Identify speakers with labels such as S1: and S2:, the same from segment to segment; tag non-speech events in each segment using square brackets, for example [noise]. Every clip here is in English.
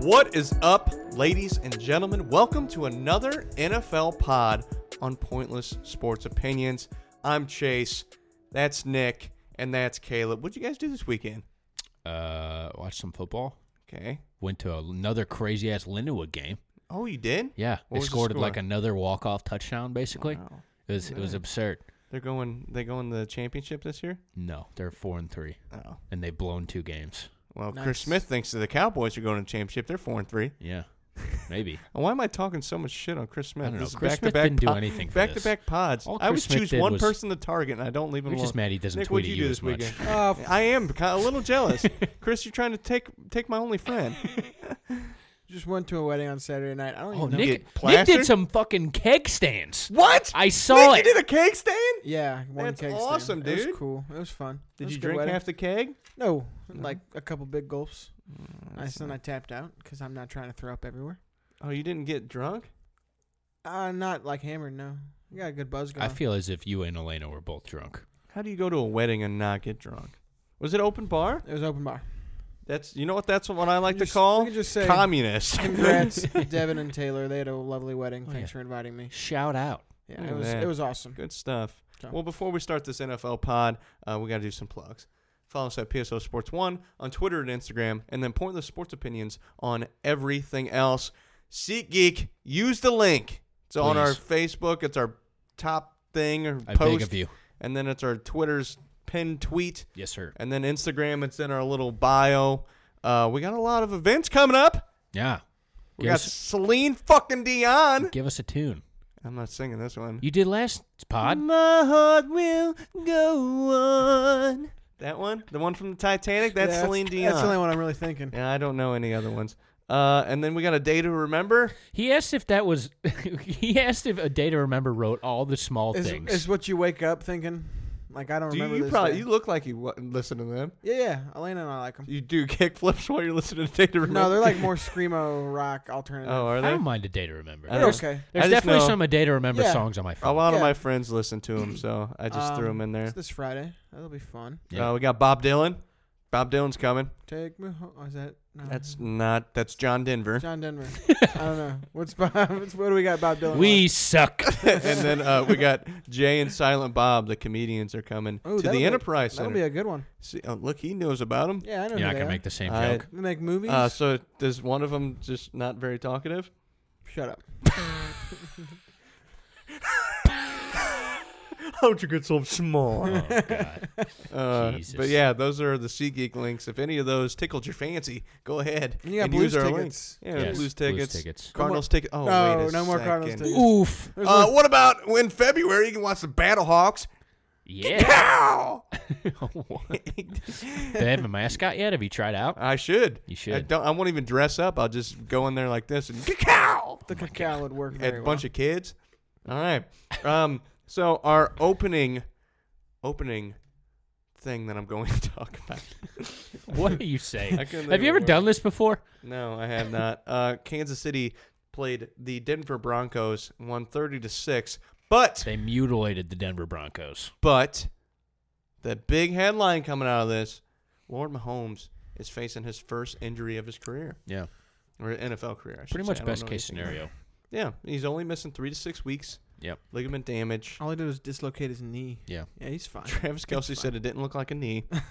S1: What is up, ladies and gentlemen? Welcome to another NFL pod on Pointless Sports Opinions. I'm Chase, that's Nick, and that's Caleb. What'd you guys do this weekend?
S2: Uh, watched some football.
S1: Okay.
S2: Went to another crazy ass Linwood game.
S1: Oh, you did?
S2: Yeah,
S1: What
S2: they
S1: was the
S2: scored
S1: score?
S2: like another walk off touchdown. Basically,
S1: Wow.
S2: it was it was absurd.
S1: They're going. They going to the championship this year.
S2: No, they're four and three,
S1: Oh.
S2: and they've blown two games.
S1: Well, Chris Smith thinks that the Cowboys are going to the championship. They're four and three. [laughs]
S2: Yeah, maybe.
S1: And why am I talking so much shit on Chris Smith?
S2: don't know.
S1: This is
S2: Chris Smith
S1: back-to-back
S2: didn't do
S1: po-
S2: anything for
S1: Back-to-back pods.
S2: All
S1: I always
S2: Chris Smith
S1: choose
S2: did
S1: one
S2: was-
S1: person to target, and I don't leave him
S2: You're
S1: alone.
S2: just mad he doesn't
S1: Nick,
S2: tweet
S1: what'd
S2: at
S1: you do
S2: you
S1: this
S2: as much.
S1: weekend? I am kind of a little [laughs] jealous. Chris, you're trying to take take my only friend.
S3: Just went to a wedding on Saturday night. I don't
S2: Oh,
S3: even know.
S2: Nick,
S1: Get
S2: Nick
S1: plastered?
S2: did some fucking keg stands.
S1: [laughs] What?
S2: I saw
S1: Nick,
S2: it.
S1: You did a cake stand?
S3: Yeah, one
S1: That's
S3: keg stand.
S1: awesome,
S3: It
S1: dude.
S3: was cool. It was fun. It
S1: Did
S3: was
S1: you
S3: a good
S1: drink
S3: wedding.
S1: half the keg?
S3: No, like a couple big gulps.
S1: Mm,
S3: I then I tapped out because I'm not trying to throw up everywhere.
S1: Oh, you didn't get drunk?
S3: Uh, not like hammered. No, I got a good buzz going.
S2: I feel as if you and Elena were both drunk.
S1: How do you go to a wedding and not get drunk? Was it open bar?
S3: it was open
S1: [laughs]
S3: bar.
S1: That's you know what that's what I like
S3: Just-
S1: to call
S3: we could just say-
S1: communist.
S3: Congrats,
S1: Oh,
S3: Devin and Taylor. They had a lovely wedding.
S2: Oh,
S3: Thanks
S2: yeah.
S3: for inviting me.
S2: Shout out.
S3: Yeah,
S1: Look
S3: it
S1: at
S3: was
S1: that.
S3: it was awesome.
S1: Good stuff.
S3: Okay.
S1: Well, before we start this NFL pod, uh, we got to do some plugs. Follow us at PSO Sports One on Twitter and Instagram, and then Pointless Sports Opinions on everything else. SeatGeek, use the link. It's on our Facebook. It's our top thing or
S2: I
S1: post,
S2: beg of you.
S1: and then it's our Twitter's pinned tweet,
S2: Yes, sir.
S1: and then Instagram. It's in our little bio. Uh, we got a lot of events coming up.
S2: Yeah.
S1: We
S2: Give
S1: got
S2: us,
S1: Celine fucking Dion.
S2: give us a tune.
S1: I'm not singing this one.
S2: You did last pod.
S1: My heart will go on. That one, the one from the Titanic. That's
S3: Yeah,
S1: Celine Dion.
S3: That's the only one I'm really thinking.
S1: Yeah, I don't know any other ones. Uh, and then we got a day to remember.
S2: He asked if that was. [laughs] he asked if a day to remember wrote all the small
S3: Is,
S2: things.
S3: is what you wake up thinking? Like I don't
S1: Do you,
S3: remember
S1: you
S3: this
S1: probably
S3: day.
S1: you look like you wa- listen to them.
S3: yeah, yeah. Elena and I like them.
S1: You do [laughs] kick flips while you're listening to day to remember.
S3: No, they're like more screamo rock alternative.
S1: Oh, are
S2: I
S1: they?
S2: don't mind a day to remember.
S1: I
S3: They're
S1: don't-
S3: okay.
S1: I
S2: There's
S1: just
S2: definitely
S1: know Oh,
S2: some a day to remember
S3: Yeah.
S2: songs on my
S1: A
S2: [laughs] phone.
S1: lot of
S3: Yeah.
S1: my friends listen to them, so I just threw
S3: Um,
S1: them in there.
S3: It's this Friday. That'll be fun.
S2: Yeah.
S1: Uh, we got Bob Dylan. Bob Dylan's coming.
S3: Take me home. Is that no?
S1: That's not. That's John Denver.
S3: John Denver. I don't know. What's Bob? [laughs] What's, what do we got? Bob Dylan.
S2: we
S1: [laughs]
S2: suck.
S1: [laughs] and then uh, we got Jay and Silent Bob. The comedians are coming
S3: on? Ooh,
S1: to
S3: that'll
S1: the
S3: be-
S1: Enterprise
S3: That'll
S1: Center.
S3: be a good one.
S1: See, oh, look, he knows about them.
S3: Yeah, I know.
S2: You're
S3: who
S2: not
S3: they
S2: gonna
S3: are.
S2: make the same
S1: I-
S2: joke.
S3: They make movies.
S1: Uh, so does one of them just not very talkative?
S3: Shut up.
S1: How'd you get so small?
S2: Oh,
S1: [laughs]
S2: God.
S1: Uh,
S2: Jesus.
S1: but yeah, those are the Sea Geek links. If any of those tickled your fancy, go ahead
S3: And you got
S1: and
S3: Blues
S1: use our
S3: tickets.
S1: links. Yeah,
S2: Yes,
S1: blues
S2: Blues
S1: tickets,
S2: tickets.
S1: Cardinals tickets. Oh,
S3: no,
S1: wait a
S3: no more Cardinals
S1: second.
S3: tickets.
S2: Oof.
S3: There's
S1: Uh,
S3: one-
S1: what about when February you can watch the Battlehawks? [laughs]
S2: Yeah. [laughs]
S1: Ow!
S2: Do they have a mascot yet? Have you
S1: [laughs]
S2: tried out?
S1: I should.
S2: You
S1: I
S2: should.
S1: don't. I won't even dress up. I'll just go in there like this and [laughs] cow.
S3: the cacao would work
S1: at
S3: very
S1: a bunch of kids. All right. Um, so our opening opening thing that I'm going [laughs] to talk about.
S2: What are you saying?
S1: I couldn't think
S2: Have you
S1: of
S2: ever
S1: a word.
S2: done this before?
S1: No, I have
S2: [laughs]
S1: not. Uh, Kansas City played the Denver Broncos 130 to 6, but
S2: They mutilated the Denver Broncos.
S1: but the big headline coming out of this, Lord Mahomes is facing his first injury of his career
S2: Yeah.
S1: or NFL career. I should
S2: Pretty
S1: say. I
S2: much
S1: don't
S2: best
S1: know
S2: case
S1: anything about-
S2: scenario.
S1: Yeah, he's only missing 3 to 6 weeks
S2: Yep. Oh
S1: ligament damage.
S3: of. All he did was dislocate his knee.
S2: Yeah.
S3: Yeah, he's fine.
S1: Travis Kelsey said it didn't look like a knee.
S3: [laughs]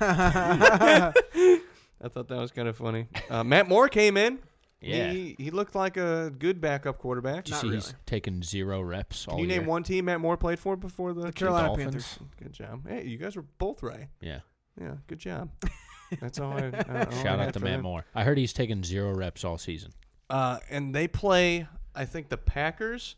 S1: I thought that was kind of funny. Uh, Matt Moore came in.
S2: [laughs] Yeah.
S1: He, he looked like a good backup quarterback.
S2: Did you
S3: Not
S2: see
S3: really.
S2: he's taken zero reps all
S1: Can you
S2: year?
S1: name one team Matt Moore played for before the,
S3: Carolina
S2: Dolphins?
S3: Panthers.
S1: Good job. Hey, you guys were both right.
S2: Yeah.
S1: Yeah, good [laughs] job. That's all I. Uh, all I had
S2: Shout out to
S1: for
S2: Matt
S1: them.
S2: Moore. I heard he's taken zero reps all season.
S1: Uh, and they play, I think, the Packers.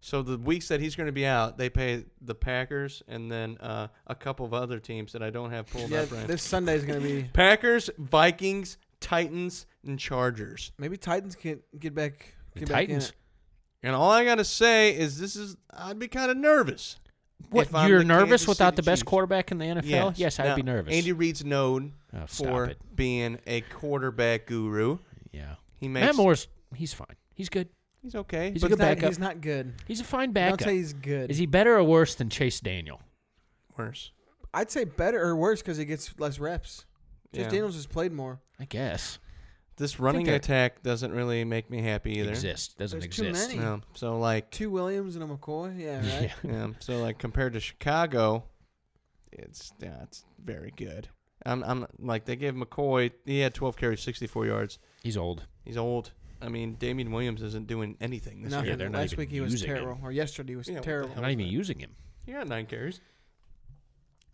S1: So the weeks that he's going to be out, they pay the Packers and then uh, a couple of other teams that I don't have pulled
S3: yeah,
S1: up right.
S3: this Sunday's gonna be
S1: Packers, Vikings, Titans, and Chargers.
S3: maybe Titans can get back. Get
S2: Titans.
S3: Back
S1: And all I gotta say is, this is I'd be kind of
S2: [laughs]
S1: nervous.
S2: What
S1: if I'm
S2: you're
S1: the
S2: nervous
S1: Kansas
S2: without
S1: City
S2: the best
S1: Chiefs.
S2: quarterback in the NFL? Yes, I'd
S1: Now,
S2: be nervous.
S1: Andy Reid's known
S2: Oh, stop
S1: for
S2: it.
S1: being a quarterback guru.
S2: yeah,
S1: He makes
S2: Matt Moore's he's fine. He's good.
S1: he's okay.
S2: He's
S3: in.
S2: a
S1: but
S2: good
S3: He's not,
S2: backup.
S3: he's not good.
S2: He's a fine
S3: I'll
S2: backup.
S3: say he's good.
S2: Is he better or worse than Chase Daniel?
S1: worse.
S3: I'd say better or worse because he gets less reps. Chase
S1: Yeah.
S3: Daniels has played more.
S2: I guess
S1: This running
S2: that-
S1: attack doesn't really make me happy either.
S2: exist doesn't
S3: There's too
S2: exist. [laughs]
S3: many.
S1: Yeah, so like
S3: Two Williams and a McCoy. Yeah, right.
S2: Yeah.
S1: [laughs] yeah, so like compared to Chicago, it's yeah, it's very good. I'm I'm like they gave McCoy he had 12 carries, 64 yards.
S2: He's old.
S1: He's old. I mean, Damian Williams isn't doing anything this
S3: Nothing.
S1: year.
S2: they're not
S3: Last
S2: even
S3: week he was
S2: using him.
S3: terrible, or yesterday he was
S1: Yeah, what the
S3: terrible.
S2: I'm
S1: hell?
S2: not
S1: was
S2: even
S1: that?
S2: using him.
S1: He got nine carries,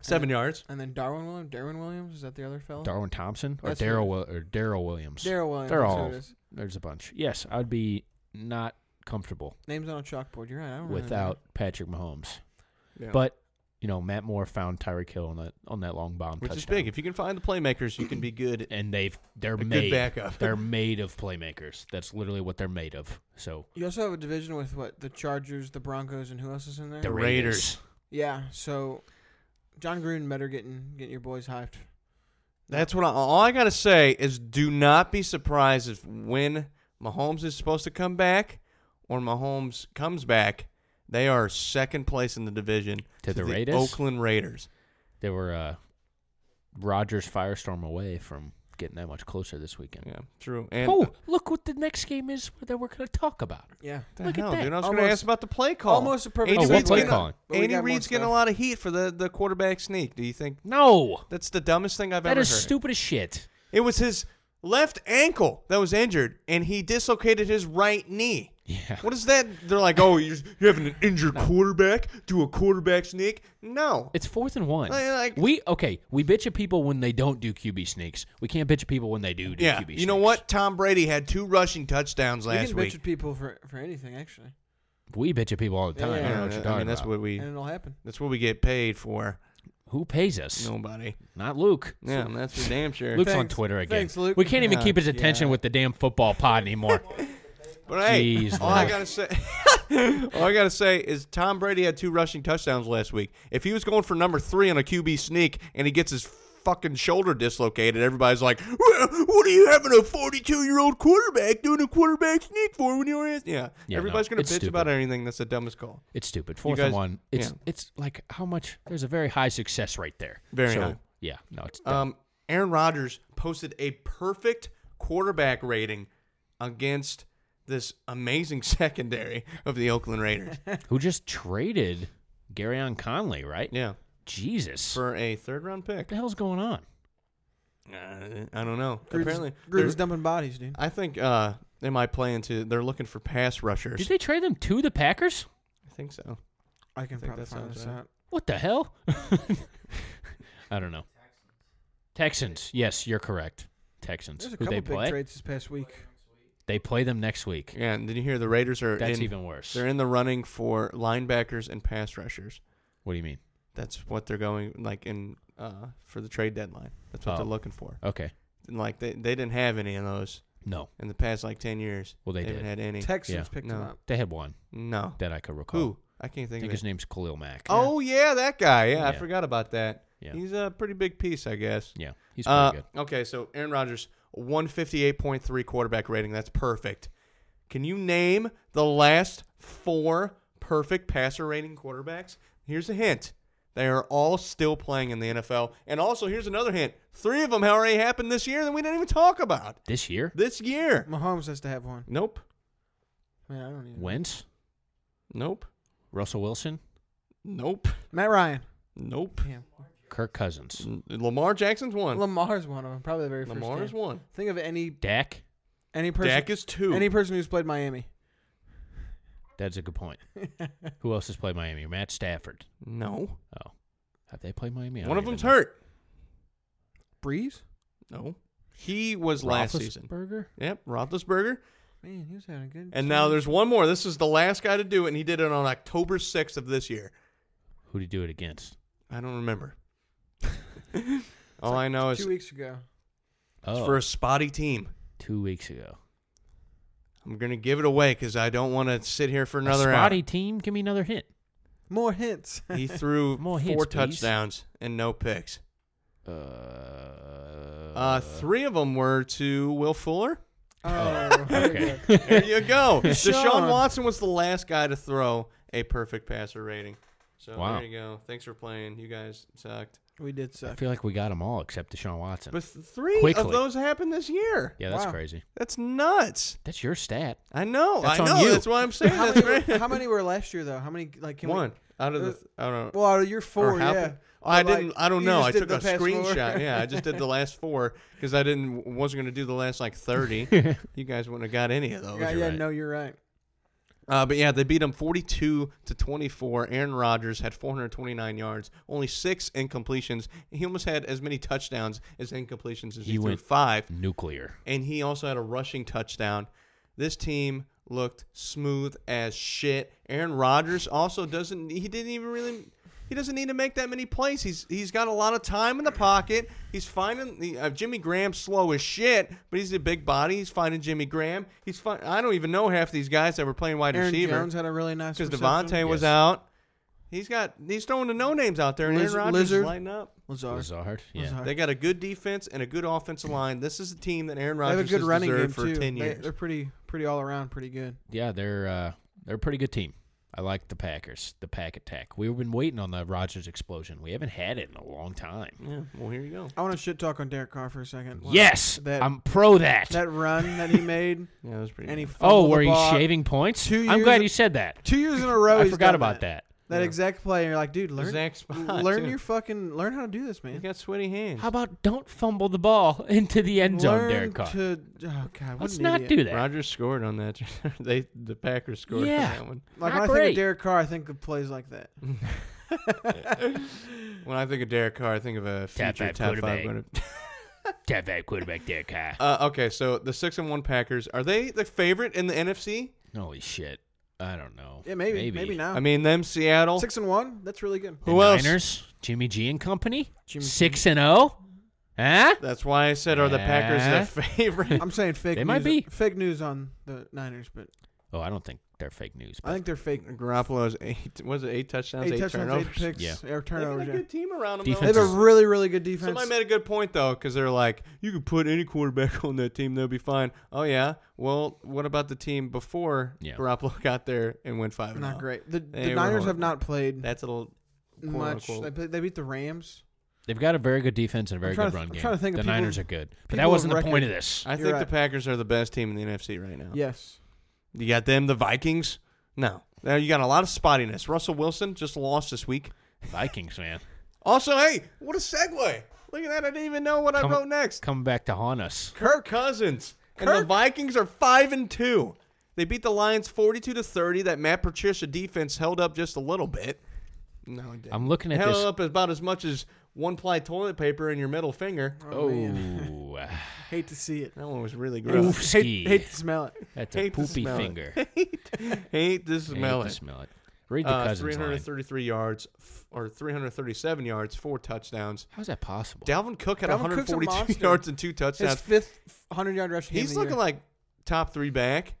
S1: seven yards.
S3: And then Darwin Williams. Darwin Williams is that the other fellow?
S2: Darwin Thompson or
S3: That's who it
S2: Daryl
S3: is.
S2: Wil- or Daryl Williams.
S3: Darryl Williams.
S2: They're
S3: that's who
S2: all
S3: it is.
S2: there's a bunch. Yes, I'd be not comfortable
S3: names on a chalkboard. You're right. I don't really know.
S2: without Patrick Mahomes.
S1: Yeah.
S2: But you know, Matt Moore found Tyreek Hill on that on that long bomb
S1: which
S2: touchdown.
S1: is big. If you can find the playmakers, you can be good.
S2: and they've they're
S1: good
S2: made
S1: backup.
S2: they're made of playmakers. That's literally what they're made of. So
S3: You also have a division with what the Chargers, the Broncos, and who else is in there?
S2: the
S1: Raiders.
S2: Raiders.
S3: yeah. So John Gruden better getting getting your boys hyped.
S1: [laughs] That's what I, all I gotta say is do not be surprised if when Mahomes is supposed to come back or Mahomes comes back, they are second place in the division
S2: To the Raiders?
S1: Oakland Raiders.
S2: They were uh Rogers firestorm away from getting that much closer this weekend.
S1: Yeah, true. And
S2: oh, look what the next game is that we're going to talk about.
S3: Yeah.
S1: the
S2: look at
S1: hell,
S2: that.
S1: dude, I was gonna
S3: Almost-
S1: ask about the play call.
S3: Almost a perfect.
S2: Oh,
S1: Andy
S2: what
S1: Reid's
S2: play
S1: getting,
S2: calling?
S3: But we
S1: Andy
S3: got more
S1: Reid's getting a
S3: stuff.
S1: lot of heat for the, the quarterback sneak. Do you think
S2: No,
S1: that's the dumbest thing I've
S2: that
S1: ever
S2: is
S1: heard?
S2: stupid as shit.
S1: It was his left ankle that was injured, and he dislocated his right knee.
S2: Yeah.
S1: What is that? They're like, oh, you're, you're having an injured quarterback? Do a quarterback sneak? No.
S2: It's fourth and one.
S1: Like- like-
S2: we okay. We bitch at people when they don't do QB sneaks. We can't bitch at people when they do do
S1: yeah.
S2: QB.
S1: You know
S2: sneaks.
S1: what? Tom Brady had two rushing touchdowns
S3: We
S1: last
S3: can bitch
S1: week.
S3: at people for for anything actually,
S2: We bitch at people all the time.
S3: Yeah,
S2: I don't know
S3: yeah,
S2: what you're
S1: I
S2: talking
S1: mean, that's
S2: about.
S1: what we
S3: and it'll happen. [laughs]
S1: that's what we get paid for.
S2: Who pays us?
S1: Nobody.
S2: Not Luke.
S1: Yeah, that's for damn sure.
S2: Luke's on
S3: Thanks.
S2: Twitter again.
S3: Thanks, Luke.
S2: We can't even
S1: Yeah,
S2: keep his attention
S1: yeah.
S2: with the damn football pod
S3: [laughs]
S2: anymore.
S1: But hey,
S2: Jeez,
S1: all I
S2: Lord.
S1: gotta say, [laughs] all I gotta say is Tom Brady had two rushing touchdowns last week. If he was going for number three on a QB sneak and he gets his fucking shoulder dislocated, everybody's like, well, "What are you having a forty-two-year-old quarterback doing a quarterback sneak for when you're?" in-" Yeah,
S2: Yeah,
S1: everybody's
S2: no,
S1: gonna bitch
S2: it's
S1: about
S2: stupid.
S1: anything. That's the dumbest call.
S2: it's stupid. Fourth
S1: guys-
S2: and one. It's
S1: yeah.
S2: it's like how much? There's a very high success rate there.
S1: Very
S2: So,
S1: high.
S2: Yeah. No. It's dumb.
S1: Um, Aaron Rodgers posted a perfect quarterback rating against this amazing [laughs] secondary of the Oakland Raiders.
S2: who just traded Garyon Conley? Right.
S1: yeah,
S2: Jesus.
S1: for a third-round
S2: what
S1: pick.
S2: the hell's going on?
S1: Uh, I don't know.
S3: Gruden's,
S1: Apparently,
S3: Gruden's
S1: they're-
S3: dumping bodies, dude.
S1: I think uh, they might play into. They're looking for pass rushers.
S2: Did they trade them to the Packers?
S1: I think so.
S3: I can
S1: think
S3: probably
S1: that
S3: find
S1: sounds
S3: this
S1: right.
S3: out.
S2: What the hell? [laughs] I don't know. Texans. Yes, you're correct. Texans.
S3: There's a
S2: Who
S3: couple
S2: they
S3: big
S2: play?
S3: trades this past week.
S2: They play them next week.
S1: Yeah, and did you hear the Raiders are?
S2: That's
S1: in-
S2: even worse.
S1: They're in the running for linebackers and pass rushers.
S2: What do you mean?
S1: That's what they're going like in uh, for the trade deadline. That's what
S2: Oh.
S1: they're looking for.
S2: Okay.
S1: And, like they, they didn't have any of those
S2: No,
S1: in the past like ten years.
S2: Well, they
S1: haven't
S2: did.
S1: had any.
S3: Texans
S2: Yeah.
S3: picked
S1: No.
S3: him up.
S2: they had one
S1: no.
S2: that I could recall.
S1: Who? I can't think,
S2: I think
S1: of
S2: his
S1: it.
S2: name's Khalil Mack.
S1: Oh yeah, that guy. Yeah, I
S2: Yeah.
S1: forgot about that.
S2: Yeah.
S1: He's a pretty big piece, I guess.
S2: yeah, he's pretty
S1: Uh,
S2: good.
S1: Okay, so Aaron Rodgers, 158.3 quarterback rating. That's perfect. Can you name the last four perfect passer rating quarterbacks? Here's a hint. They are all still playing in the NFL. And also, here's another hint. Three of them already happened this year that we didn't even talk about.
S2: This year,
S1: This year.
S3: Mahomes has to have one.
S1: Nope.
S3: Man, I don't even.
S2: Wentz,
S1: Nope.
S2: Russell Wilson,
S1: Nope.
S3: Matt Ryan.
S1: Nope.
S3: Damn.
S2: Kirk Cousins,
S1: N- Lamar Jackson's one.
S3: Lamar's one of them. Probably the very first.
S1: Lamar's
S3: game.
S1: one.
S3: Think of any
S2: Dak.
S3: any person.
S1: Dak is two.
S3: Any person who's played Miami. [laughs]
S2: That's a good point. Who else has played Miami? Matt Stafford.
S1: no.
S2: Oh, have they played Miami? I
S1: One of
S2: don't
S1: them's
S2: even know.
S1: hurt.
S3: Breeze.
S1: No. He was last season.
S2: Roethlisberger?
S1: Yep, Roethlisberger.
S3: Man, he was having a good.
S1: And now
S3: season.
S1: there's one more. This is the last guy to do it, and he did it on October 6th of this year.
S2: Who do you do it against?
S1: I don't
S2: [laughs]
S1: remember. All I know is
S3: two
S1: it's
S3: weeks ago.
S2: Oh,
S1: for a spotty team.
S2: two weeks ago.
S1: I'm gonna give it away because I don't want to sit here for another
S2: a
S1: hour.
S2: spotty team. Give me another hint.
S3: More hints.
S2: [laughs]
S1: He threw four
S2: More hits, please.
S1: touchdowns and no picks.
S2: Uh,
S1: Uh,
S2: [laughs]
S1: three of them were to Will Fuller.
S3: [laughs] oh,
S2: okay.
S1: [laughs] There you
S2: [laughs]
S1: go.
S3: Deshaun.
S1: Deshaun Watson was the last guy to throw a perfect passer rating. So
S2: Wow.
S1: there you go. Thanks for playing. You guys sucked.
S3: we did
S2: I
S3: suck.
S2: feel like we got them all except Deshaun Watson.
S1: But th- three of
S2: Quickly.
S1: those happened this year.
S2: yeah, that's
S3: Wow.
S2: crazy.
S1: That's nuts.
S2: That's your
S1: [laughs]
S2: stat.
S1: I know.
S2: That's
S1: I
S2: on
S1: know.
S2: you.
S1: That's why I'm saying.
S3: [laughs]
S1: [laughs]
S3: How
S1: That's
S3: many,
S1: right.
S3: were- how many were last year though? How many like can we-
S1: One out of the.
S3: Uh,
S1: th- I don't know.
S3: well, out of your
S1: Or
S3: four,
S1: how-
S3: yeah.
S1: I
S3: But, like,
S1: didn't. I don't
S3: you
S1: know.
S3: just
S1: I
S3: did
S1: took
S3: the
S1: a
S3: past four.
S1: screenshot. yeah, I just did
S3: [laughs]
S1: the last four because I didn't wasn't going to do the last like
S3: [laughs]
S1: thirty. you guys wouldn't have got any of those.
S3: yeah,
S2: Oh, you're
S3: yeah.
S2: right.
S3: No, you're right.
S1: Uh, but yeah, they beat them 42 to 24. Aaron Rodgers had 429 yards, only six incompletions. He almost had as many touchdowns as incompletions as he,
S2: He
S1: threw
S2: went-
S1: five,
S2: Nuclear.
S1: and he also had a rushing touchdown. This team looked smooth as shit. Aaron Rodgers also doesn't. He didn't even really. He doesn't need to make that many plays. He's he's got a lot of time in the pocket. He's finding the, uh, Jimmy Graham slow as shit, but he's a big body. He's finding Jimmy Graham. He's fi- I don't even know half these guys that were playing wide
S3: Aaron
S1: receiver
S3: Jones had a really nice
S1: because Devontae
S3: reception.
S1: was
S2: Yes.
S1: out. He's got he's throwing the no names out there, and
S3: Liz-
S1: Aaron Rodgers
S3: Lizard.
S1: is lighting up.
S3: Lazard.
S2: Lazard. Yeah.
S3: Lazard.
S1: They got a good defense and a good offensive line. This is a team that Aaron Rodgers
S3: they have a good
S1: has
S3: running game
S1: deserved for
S3: too.
S1: ten
S3: They,
S1: years.
S3: they're pretty, pretty all around, pretty good.
S2: Yeah, they're uh, they're a pretty good team. I like the Packers, the pack attack. We've been waiting on the Rogers explosion. We haven't had it in a long time.
S1: yeah, well here you go.
S3: I want to shit talk on Derek Carr for a second.
S2: Yes,
S3: that
S2: I'm pro that.
S3: that run that
S2: [laughs]
S3: he made,
S1: Yeah, that was pretty.
S3: and he
S2: oh,
S3: fumbled
S2: were
S3: the
S2: you
S3: ball.
S2: shaving points?
S3: Two
S2: I'm
S3: years
S2: glad
S3: of-
S2: you said that.
S3: Two years in a row.
S2: I
S3: he's
S2: forgot
S3: done
S2: about that.
S3: That exact play, and you're like, dude, learn,
S1: Exact spot,
S3: learn
S1: too.
S3: your fucking, learn how to do this,
S1: He's
S3: man.
S1: got sweaty hands.
S2: How about don't fumble the ball [laughs] into the end zone,
S3: learn
S2: Derek Carr?
S3: to, oh god, what
S2: Let's
S3: an
S2: not
S3: idiot.
S2: do that.
S1: Rodgers scored on that. [laughs] they the Packers scored
S2: Yeah.
S1: on that one.
S2: Not
S3: Like when I think
S2: great.
S3: of Derek Carr, I think of plays like that.
S1: When I think of Derek Carr, I think of a future top
S2: Top five
S1: five.
S2: quarterback.
S1: quarterback.
S2: That bad quarterback, Derek Carr.
S1: uh, okay, so the six and one Packers are they the favorite in the NFC?
S2: Holy shit! I don't know.
S3: Yeah, maybe, maybe, now.
S1: I mean them Seattle.
S3: six and one, that's
S1: [laughs]
S3: really good.
S2: The
S1: Who else?
S2: Niners, Jimmy G and company,
S3: Jimmy G.
S2: six and zero. Huh?
S1: That's why I said are the
S2: Yeah.
S1: Packers the [laughs] favorite?
S3: [laughs] I'm saying fake.
S2: They
S3: news,
S2: might be.
S3: fake news on the Niners, but
S2: Oh, I don't think they're fake news.
S3: I think they're fake.
S1: Garoppolo's eight was it eight touchdowns,
S3: Eight,
S1: eight,
S3: touchdowns,
S1: turnovers.
S3: eight picks,
S2: Yeah.
S3: or turnovers.
S1: They
S3: yeah.
S1: got a good team around them.
S3: They
S2: Defense
S3: have a
S2: is-
S3: really, really good defense.
S1: Somebody made a good point though, because they're like, you could put any quarterback [laughs] on that team, they'll be fine. Oh yeah. Well, what about the team before
S2: Yeah.
S1: Garoppolo got there and went five? and
S3: not
S1: oh?
S3: great. The, the
S1: They were
S3: Niners have
S1: horrible.
S3: not played
S1: That's a little quote,
S3: much.
S1: unquote.
S3: They, play, they beat the Rams.
S2: They've got a very good defense and a very
S3: trying
S2: good
S3: to-
S2: run
S3: I'm
S2: game.
S3: trying to think
S2: the
S3: of
S2: Niners
S3: people-
S2: are good, but
S3: people
S2: that
S3: of
S2: wasn't the
S1: [laughs]
S2: point of
S3: record.
S2: this.
S1: I
S3: You're
S1: think
S3: right.
S1: the Packers are the best team in the NFC right now.
S3: Yes.
S1: You got them, the Vikings. No, now you got a lot of spottiness. Russell Wilson just lost this week.
S2: Vikings, man,
S1: Also, hey, what a segue! Look at that. I didn't even know what
S2: Come-
S1: I wrote next.
S2: coming back to haunt us.
S1: Kirk Cousins and the
S3: Kirk-
S1: Vikings are five and two. They beat the Lions forty-two to thirty. That Matt Patricia defense held up just a little bit. No, it didn't.
S2: I'm looking at
S1: held
S2: this.
S1: up about as much as one ply toilet paper and your middle finger.
S2: Oh,
S1: [laughs]
S2: ah,
S3: Hate to see it.
S1: That one was really
S2: Oof.
S1: gross.
S2: Ski.
S3: Hate, hate to smell it.
S2: that's a
S1: Hate to
S2: poopy
S1: smell it.
S2: finger.
S1: [laughs] Hate to smell
S2: Hate
S1: it.
S2: to smell it. Read the
S1: Uh,
S2: cousins line.
S1: 333 yards f- or 337 yards, four touchdowns.
S2: How's that possible?
S1: Dalvin Cook had
S3: Dalvin Cook's a
S1: 142
S3: monster.
S1: yards and two
S3: His
S1: touchdowns.
S3: fifth 100 yard rush. game of
S1: He's
S3: the
S1: looking
S3: year.
S1: like top three back.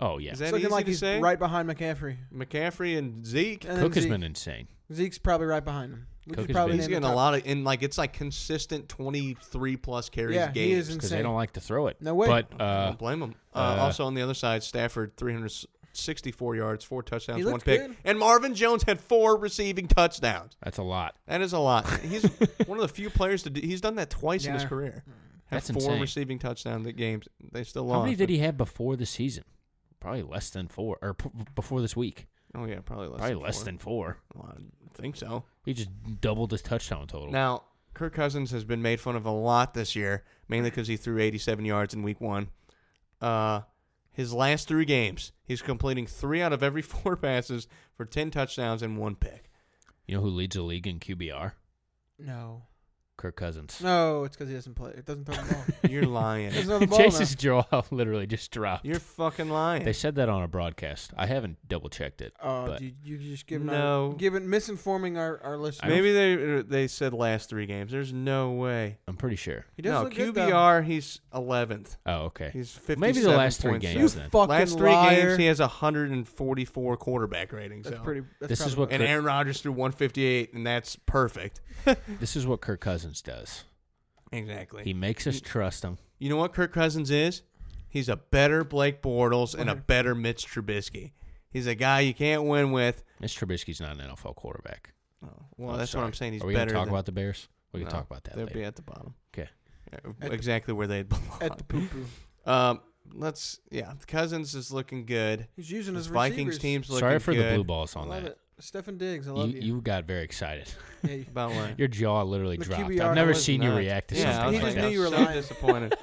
S2: oh yeah,
S1: Is
S3: He's
S1: that
S3: looking
S1: easy
S3: like
S1: to
S3: he's
S1: say?
S3: right behind McCaffrey.
S1: McCaffrey and Zeke.
S3: And then
S2: Cook has
S3: Zeke.
S2: been insane.
S3: Zeke's probably right behind him. We
S2: Cook
S3: could
S2: has
S3: probably
S2: been-
S1: He's
S3: name
S1: getting
S3: the
S1: a
S3: top-
S1: lot of, and like it's like consistent twenty three plus carries.
S3: Yeah,
S1: game.
S3: he is
S2: because they
S3: insane.
S2: don't like to throw it.
S3: No way.
S2: But
S1: I
S2: uh,
S1: don't blame him. Uh,
S2: uh,
S1: also on the other side, Stafford three hundred sixty four yards, four touchdowns,
S3: He
S1: one
S3: looked
S1: pick,
S3: good.
S1: and Marvin Jones had four receiving touchdowns.
S2: that's a lot.
S1: That is a
S3: [laughs]
S1: lot. He's one of the few players to do. He's done that twice in his
S3: Yeah. Mm.
S1: career. Had
S2: That's
S1: four
S2: insane.
S1: receiving touchdowns at games. They still lost.
S2: How many did
S1: but-
S2: he have before the season? Probably less than four, or p- before this week.
S1: Oh yeah, probably less.
S2: Probably
S1: than
S2: less
S1: four.
S2: than four.
S1: Well, I think so.
S2: He just doubled his touchdown total.
S1: Now, Kirk Cousins has been made fun of a lot this year, mainly because he threw 87 yards in week one. Uh, his last three games, he's completing three out of every [laughs] four passes for 10 touchdowns and one pick.
S2: you know who leads the league in QBR?
S3: No.
S2: Kirk Cousins.
S3: No, it's because he doesn't play. It doesn't throw the
S1: [laughs]
S3: ball.
S1: You're lying.
S2: [laughs]
S3: There's another ball now.
S2: Chase's jaw [laughs] literally just dropped.
S1: You're fucking lying.
S2: they said that on a broadcast. I haven't double checked it.
S3: Oh,
S2: but
S3: dude, you just giving
S1: No.
S3: our, giving misinforming our our listeners.
S1: Maybe they er, they said last three games. There's no way.
S2: I'm pretty sure.
S3: he does
S1: no,
S3: look good, though.
S1: QBR. he's 11th.
S2: Oh, okay.
S1: He's
S2: Maybe the last three
S1: 57.7.
S3: You
S2: games. then.
S3: fucking
S1: Last three
S3: liar.
S1: games, he has 144 quarterback rating.
S3: That's
S1: so.
S3: pretty. That's
S2: This is
S3: probably-
S2: what
S1: And
S2: Kirk-
S1: Aaron Rodgers threw 158, and that's
S3: [laughs]
S1: perfect.
S2: this is what Kirk Cousins does.
S1: Exactly.
S2: He makes us trust him.
S1: you know what Kirk Cousins is? He's a better Blake Bortles and a better Mitch Trubisky. He's a guy you can't win with.
S2: Mitch Trubisky's not an NFL quarterback.
S1: Oh, well,
S2: Oh,
S1: that's
S2: sorry.
S1: what I'm saying. He's
S2: Are we gonna
S1: better.
S2: talk
S1: than-
S2: about the Bears? We can
S1: No,
S2: talk about that
S1: They'll
S2: later.
S1: be at the bottom.
S2: okay.
S1: Yeah,
S3: At the-
S1: exactly where they belong.
S3: at the poo poo.
S1: [laughs] Um, let's yeah, Cousins is looking good.
S3: He's using
S1: This
S3: his
S1: Vikings
S3: receivers.
S1: team's looking
S2: Sorry for
S1: good.
S2: the blue balls
S3: I
S2: on
S3: love
S2: that.
S3: it. Stephen Diggs, I
S2: You,
S3: love you.
S2: you got very excited. [laughs]
S3: Yeah, you-
S1: About what?
S2: Your jaw literally
S3: The
S2: dropped.
S3: QBR
S2: I've never
S3: was
S2: seen you
S1: Nuts.
S2: react to
S1: yeah, I
S2: something
S1: was
S3: He
S2: like
S1: like,
S3: just knew
S2: that.
S3: you were
S1: so
S2: [laughs]
S3: lying.
S1: disappointed.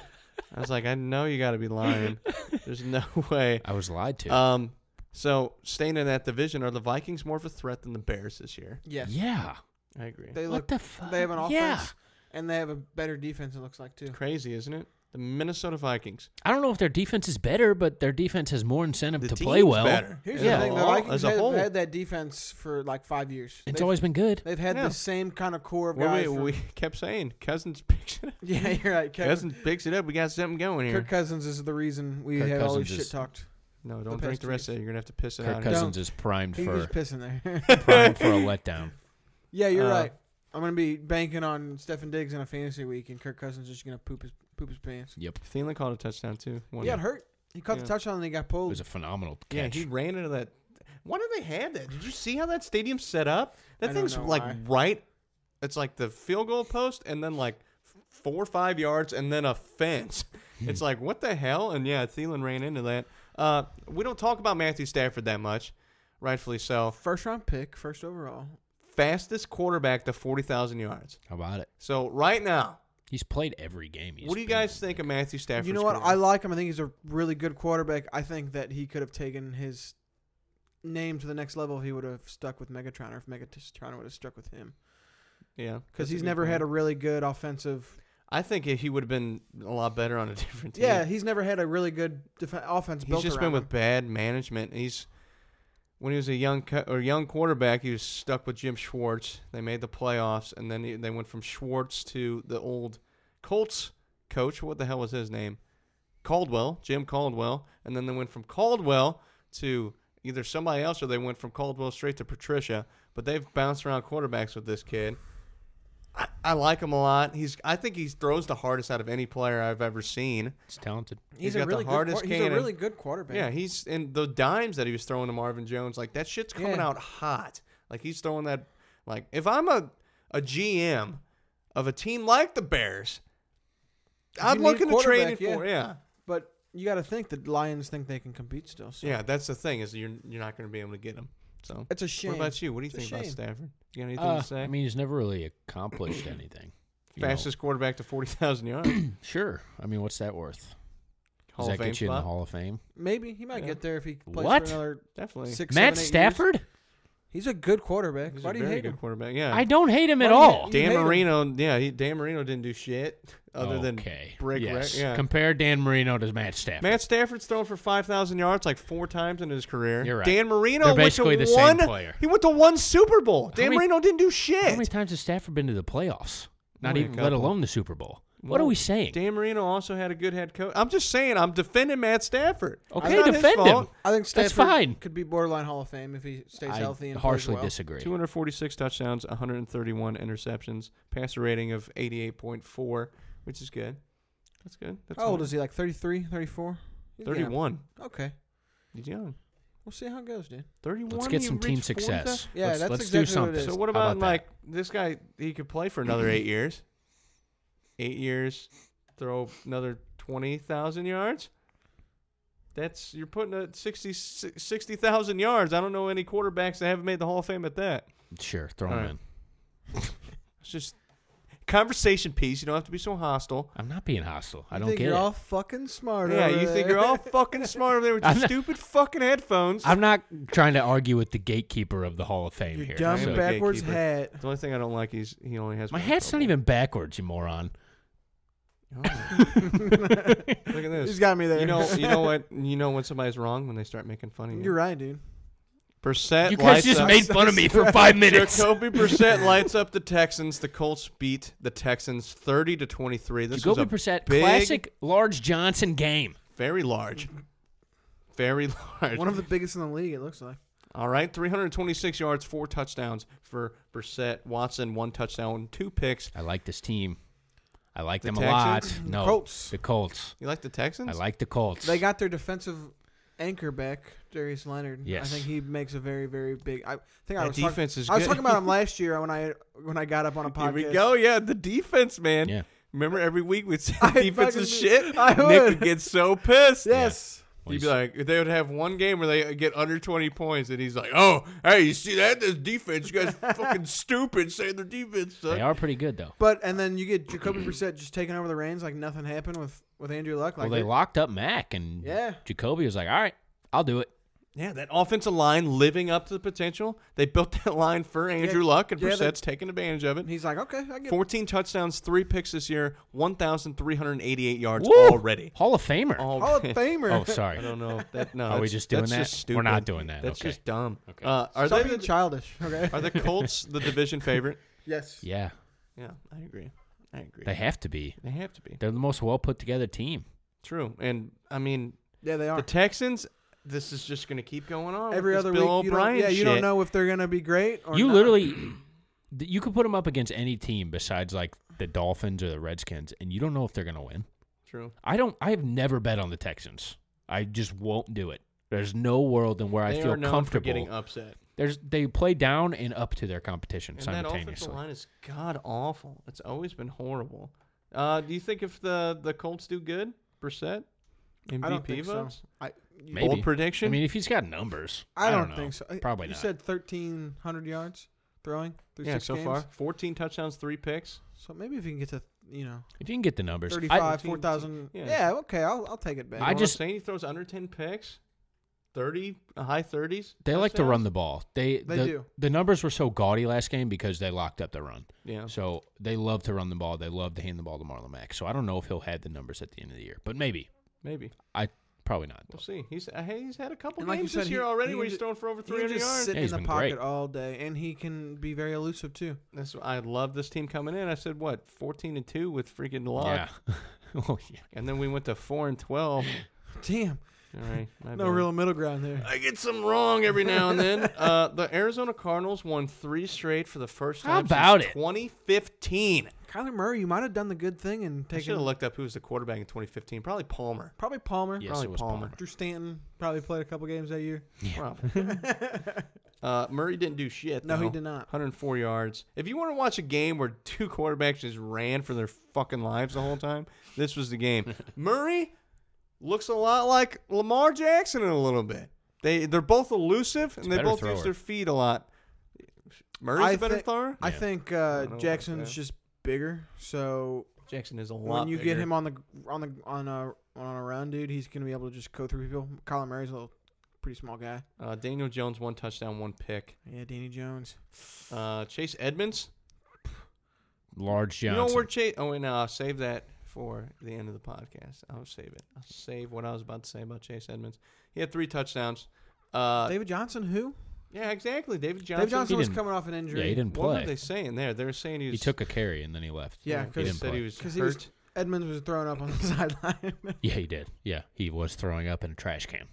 S1: I was like, I know you got to be lying. There's no [laughs] way.
S2: I was lied to.
S1: Um, so staying in that division, are the Vikings more of a threat than the Bears this year?
S3: yes.
S2: yeah.
S1: I agree.
S3: They
S2: What
S3: look.
S2: the fuck?
S3: They have an offense,
S2: Yeah.
S3: and they have a better defense. It looks like too.
S1: Crazy, isn't it? The Minnesota Vikings.
S2: I don't know if their defense is better, but their defense has more incentive
S1: The
S2: to play
S1: team's
S2: well.
S1: better.
S3: Here's
S2: Yeah.
S3: the thing: the
S1: Well,
S3: Vikings
S1: as a
S3: have
S1: whole.
S3: had that defense for like five years.
S2: It's
S3: they've,
S2: always been good.
S3: [laughs] they've had
S1: Yeah.
S3: the same kind of core of
S1: Well,
S3: guys.
S1: we,
S3: for-
S1: we [laughs] kept saying Cousins [laughs] picks it up.
S3: [laughs] yeah, you're right. Kevin,
S1: Cousins picks it up. We got something going here.
S3: Kirk Cousins is the reason we
S2: Kirk
S3: have all these
S2: Cousins
S3: shit
S2: is-
S3: talked.
S1: no, don't
S3: past
S1: drink the
S3: two
S1: rest of
S3: years.
S1: it. You're gonna have to piss it
S2: Kirk
S1: out.
S2: Cousins is primed [laughs]
S3: He was
S2: for
S3: pissing there. [laughs]
S1: [laughs]
S2: primed for a letdown.
S3: yeah, you're
S1: Uh,
S3: right. I'm gonna be banking on Stephen Diggs in a fantasy week, and Kirk Cousins is just gonna poop his poop his pants.
S2: Yep.
S1: Thielen caught a touchdown too. One
S3: He got hurt. He caught
S1: Yeah.
S3: the touchdown and he got pulled.
S2: It was a phenomenal
S1: Yeah,
S2: catch.
S1: he ran into that. Why do they have that? Did you see how that stadium's set up? That
S3: I don't
S1: thing's
S3: know
S1: like
S3: why.
S1: right. It's like the field goal post, and then like f- four or five yards, and then a
S3: [laughs]
S1: fence. it's like what the hell? And yeah, Thielen ran into that. Uh, we don't talk about Matthew Stafford that much, rightfully so.
S3: First round pick, first overall.
S1: Fastest quarterback to forty thousand yards.
S2: How about it?
S1: So right now,
S2: He's played every game. he's
S1: what do you
S2: been
S1: guys
S2: in.
S1: think of Matthew Stafford?
S3: you know what? I like him. I think he's a really good quarterback. I think that he could have taken his name to the next level if he would have stuck with Megatron or if Megatron would have stuck with him.
S1: yeah,
S3: Because he's never had a
S1: a.
S3: really good offensive.
S1: I think he would have been a lot better on a [laughs] different team.
S3: Yeah, he's never had a really good def- offense
S1: He's
S3: built
S1: just
S3: around
S1: been with
S3: him.
S1: bad management. He's when he was a young co- or young quarterback, he was stuck with Jim Schwartz. They made the playoffs, and then he, they went from Schwartz to the old Colts coach. What the hell was his name? Caldwell, Jim Caldwell, and then they went from Caldwell to either somebody else, or they went from Caldwell straight to Patricia. But they've bounced around quarterbacks with this kid. I, I like him a lot. He's I think he throws the hardest out of any player I've ever seen.
S2: He's talented.
S1: he's got the
S3: really
S1: hardest
S3: good, quar- He's a
S1: cannon.
S3: really good quarterback.
S1: Yeah, he's and the dimes that he was throwing to Marvin Jones, like that shit's coming
S3: Yeah.
S1: out hot. Like he's throwing that. Like if I'm a a GM of a team like the Bears, I'm
S3: need a
S1: looking to trade it
S3: quarterback, yeah. Ah,
S1: for. Yeah,
S3: But you got to think the Lions think they can compete still. So
S1: yeah. That's the thing is you're you're not going to be able to get him. So
S3: It's a shame.
S1: What about you? What do you
S3: It's a
S1: think about
S3: shame.
S1: Stafford? You got anything
S2: Uh,
S1: to say?
S2: I mean, he's never really accomplished anything. You know,
S1: Fastest quarterback to forty thousand
S3: [coughs]
S1: yards.
S2: sure. I mean, what's that worth?
S1: Hall
S2: Does
S1: of
S2: that
S1: Fame
S2: get you in the
S1: spot?
S2: Hall of Fame?
S3: Maybe he might
S1: Yeah.
S3: get there if he plays
S2: What?
S3: for another
S1: Definitely.
S3: six,
S2: Matt
S3: seven, eight years.
S2: Stafford?
S3: He's a good quarterback.
S1: He's
S3: Why
S1: a
S3: do you
S1: very
S3: hate
S1: good
S3: him?
S1: quarterback. Yeah,
S2: I don't hate him at
S3: Why do you hate-
S2: all.
S3: you hate
S1: Dan
S3: him.
S1: Marino. Yeah, he, Dan Marino didn't do shit other
S2: okay.
S1: than break. rec-
S2: yes.
S1: yeah.
S2: Compare Dan Marino to Matt Stafford.
S1: Matt Stafford's thrown for five thousand yards like four times in his career.
S2: You're right.
S1: Dan Marino
S2: They're
S1: went
S2: basically
S1: to
S2: the same
S1: one.
S2: player.
S1: He went to one Super Bowl. Dan
S2: many-
S1: Marino didn't do
S2: How many
S1: shit.
S2: times has Stafford been to the playoffs? Not
S1: Only a
S2: even, let
S1: couple.
S2: alone the Super Bowl. What are we saying?
S1: Dan Marino also had a good head coach. I'm just saying, I'm defending Matt Stafford.
S2: Okay,
S1: It's not
S2: defend him.
S1: his fault.
S3: I think Stafford
S2: That's fine.
S3: could be borderline Hall of Fame if he stays
S2: I
S3: healthy and
S2: harshly
S3: plays well.
S2: disagree.
S1: 246 touchdowns, 131 interceptions, passer rating of 88.4, which is good. That's good. That's
S3: How old
S1: fine.
S3: is he? Like 33, 34? He's young.
S1: 31.
S3: Okay.
S1: He's young.
S3: We'll see how it goes, dude.
S1: 31.
S2: Let's get
S1: you
S2: some team
S1: reach 40
S2: success.
S3: Yeah,
S2: let's
S3: that's
S2: let's do
S3: exactly what it
S2: something.
S3: is.
S1: So what
S2: How
S1: about,
S2: that?
S1: like this guy? He could play for another eight years. Eight years, throw another twenty thousand yards. That's you're putting at 60 60,000 yards. I don't know any quarterbacks that haven't made the Hall of Fame at that.
S2: Sure, throw
S1: All
S2: him
S1: right.
S2: in.
S1: It's just conversation piece. You don't have to be so hostile.
S2: I'm not being hostile. I
S3: You
S2: don't
S3: think
S2: get
S3: you're
S2: it.
S3: all fucking smart.
S1: Yeah,
S3: over
S1: you think
S3: there.
S1: you're all fucking smart
S2: [laughs]
S1: over there with your
S2: I'm not-
S1: stupid fucking headphones.
S2: I'm not trying to argue with the gatekeeper of the Hall of Fame
S3: [laughs] Your
S2: here.
S3: dumb
S1: I am a
S3: backwards
S1: gatekeeper. [laughs]
S3: hat.
S1: the only thing I don't like is he only has
S2: My
S1: one
S2: hat's not
S1: elbow.
S2: even backwards, you
S3: [laughs]
S2: moron.
S1: Oh, look at this.
S3: He's got me there.
S1: You know, you know what? You know when somebody's wrong when they start making fun of you.
S3: [laughs] You're
S1: [laughs]
S3: right, dude.
S1: Brissett
S2: you guys
S1: lights
S2: just
S1: up-
S2: made fun of me for
S3: [laughs]
S2: five
S1: [laughs]
S2: minutes.
S1: Jacoby
S2: [laughs]
S1: Brissett lights up the Texans. The Colts beat the Texans thirty to twenty three. This
S2: Jacoby
S1: was a
S2: Brissett,
S1: big,
S2: classic Large Johnson game.
S1: very large, very large.
S3: One of the biggest in the league, it looks like.
S1: All right, 326 yards, four touchdowns for Brissett. Watson, one touchdown, two picks.
S2: I like this team. I like
S1: The
S2: them
S1: Texans?
S2: a lot. No,
S3: Colts.
S2: the Colts.
S1: You like the Texans?
S2: I like the Colts.
S3: They got their defensive anchor back, Darius Leonard.
S2: Yes.
S3: I think he makes a very, very big. I think I
S1: That
S3: was talk-
S1: defense is
S3: I was
S1: good.
S3: talking
S1: [laughs]
S3: about him last year when I when I got up on a podcast.
S1: Here we go. Yeah, the defense, man.
S2: Yeah.
S1: Remember every week we'd say
S3: [laughs] I
S1: the defense
S3: fucking-
S1: is shit?
S3: I
S1: Nick
S3: would.
S1: would get so pissed.
S3: Yes.
S2: Well,
S1: He'd be
S2: he's-
S1: like, they would have one game where they get under 20 points, and he's like, oh, hey, you see that? This defense, you
S3: [laughs]
S1: guys fucking stupid saying their defense sucks.
S2: they are pretty good though.
S3: But and then you get Jacoby Brissett just taking over the reins like nothing happened with with Andrew Luck. Like
S2: well, they
S3: they're-
S2: locked up Mac and
S3: Yeah.
S2: Jacoby was like, "All right, I'll do it."
S1: Yeah, that offensive line living up to the potential. They built that line for Andrew
S3: Yeah.
S1: Luck, and
S3: Yeah, they-
S1: Brissett's taking advantage of it.
S3: and he's like, okay, I get.
S1: 14 touchdowns, three picks this year, 1,388 yards
S2: Woo!
S1: already.
S2: Hall of
S1: [laughs]
S2: Famer.
S3: Hall
S2: [laughs]
S3: of Famer.
S2: Oh, sorry.
S1: I don't know. That, no,
S2: Are we
S1: that's-
S2: just doing
S1: that's
S2: that?
S1: Just stupid.
S2: We're not doing that.
S1: That's
S2: okay.
S1: just dumb.
S2: Okay.
S1: Uh, are,
S3: Stop
S1: they
S3: being
S1: the,
S3: childish. Okay.
S1: are the [laughs] Colts the division favorite?
S3: [laughs] yes.
S2: yeah,
S1: Yeah, I agree. I agree.
S2: they have to be.
S1: They have to be.
S2: They're the most well put together team.
S1: True. And, I mean,
S3: Yeah, they are.
S1: the Texans, this is just going to keep going on. with
S3: Every
S1: this
S3: other
S1: Bill
S3: week, you
S1: O'Brien
S3: don't, yeah, you don't
S1: shit.
S3: know if they're gonna be great or
S2: You
S3: not.
S2: literally, [clears throat] th- you could put them up against any team besides like the Dolphins or the Redskins, and you don't know if they're gonna win.
S1: True.
S2: I don't. I have never bet on the Texans. I just won't do it. There's no world in where
S1: they
S2: I feel
S1: are known
S2: comfortable.
S1: For getting upset.
S2: There's they play down and up to their competition
S1: And that offensive
S2: simultaneously.
S1: line is god awful. It's always been horrible. Uh, do you think if the the Colts do good, Brissett MVP
S3: I don't think
S1: votes?
S3: so. I, you-
S2: Maybe.
S1: Bold prediction?
S2: I mean, if he's got numbers,
S3: I don't,
S2: know.
S3: think so. I-
S2: Probably
S3: you
S2: not.
S3: said thirteen hundred yards throwing through
S1: Yeah,
S3: six
S1: so
S3: games.
S1: far, 14 touchdowns, three picks.
S3: So maybe if you can get to you know
S2: if you can get the numbers, I-
S3: 35,
S1: Fourteen,
S3: 4,000.
S1: yeah.
S3: Yeah. okay, I'll, I'll take it back.
S2: I
S1: I just
S2: just-
S1: saying he throws under 10 picks, 30 uh, high 30s.
S2: They like to run the ball. They
S3: They
S2: the,
S3: do.
S2: The numbers were so gaudy last game because they locked up the run.
S1: Yeah.
S2: So they love to run the ball. They love to hand the ball to Marlon Mack. So I don't know if he'll have the numbers at the end of the year, but maybe.
S1: Maybe
S2: I probably not.
S1: we'll see. He's uh, hey, he's had a couple
S3: And like you
S1: games
S3: said,
S1: this year
S3: he-
S1: already
S3: he
S1: where
S3: can
S1: he's
S3: ju-
S1: thrown for over
S3: he can
S1: 300
S3: just
S1: yards.
S3: sit
S2: Yeah,
S3: in
S2: he's
S3: the
S2: been
S3: pocket
S2: great.
S3: all day, and he can be very elusive too.
S1: That's I love this team coming in. I said what 14 and two with freaking luck,
S2: Yeah. [laughs] oh yeah.
S1: and then we went to four and
S2: [laughs]
S1: 12.
S3: Damn,
S1: All right, my
S3: no
S1: bad.
S3: real middle ground there.
S1: I get some wrong every now and
S3: [laughs]
S1: then. Uh, the Arizona Cardinals won three straight for the first time
S2: How about
S1: since
S2: it?
S1: 2015.
S3: Kyler Murray, you might have done the good thing and
S1: I should
S3: taken
S1: have looked up who was the quarterback in 2015. Probably Palmer.
S3: probably Palmer,
S2: Yes,
S1: Probably
S2: it was
S1: Palmer.
S2: Palmer.
S3: Drew Stanton probably played a couple games that year.
S1: Probably. [laughs] uh, Murray didn't do shit.
S3: No, he
S1: though.
S3: did not.
S1: 104 yards. If you want to watch a game where two quarterbacks just ran for their fucking lives the whole time, this was the game. Murray looks a lot like Lamar Jackson in a little bit. They they're both elusive and they
S2: better
S1: both use
S2: thrower.
S1: their feet a lot. Murray's
S3: I
S1: a better
S3: thi-
S1: thrower.
S3: I
S2: Yeah.
S3: think
S1: don't
S3: uh,
S1: know about
S3: Jackson's
S1: that.
S3: just bigger, so
S1: Jackson is a lot.
S3: when you
S1: bigger.
S3: get him on the on the on a on a run, dude, he's gonna be able to just go through people. Kyler Murray's a little, pretty small guy.
S1: Uh, Daniel Jones, one touchdown, one pick.
S3: Yeah, Danny Jones.
S1: Uh, Chase Edmonds.
S2: Large
S1: You
S2: Johnson.
S1: know where Chase? Oh, wait, no, I'll save that for the end of the podcast. I'll save it. I'll save what I was about to say about Chase Edmonds. He had three touchdowns. Uh,
S3: David Johnson, who?
S1: yeah, exactly. David Johnson.
S3: David Johnson
S2: He
S3: was
S2: didn't-
S3: coming off an injury.
S2: yeah, he didn't
S1: What were they
S2: play.
S1: saying there? They were saying he
S2: He
S1: was.
S2: took a carry and then he left.
S3: Yeah,
S1: yeah,
S2: he
S1: because
S2: didn't
S1: said
S2: play.
S1: he was hurt.
S3: because he was Edmonds was thrown up
S2: [laughs]
S3: on the sideline.
S2: yeah, he did. Yeah, he was throwing up in a trash can.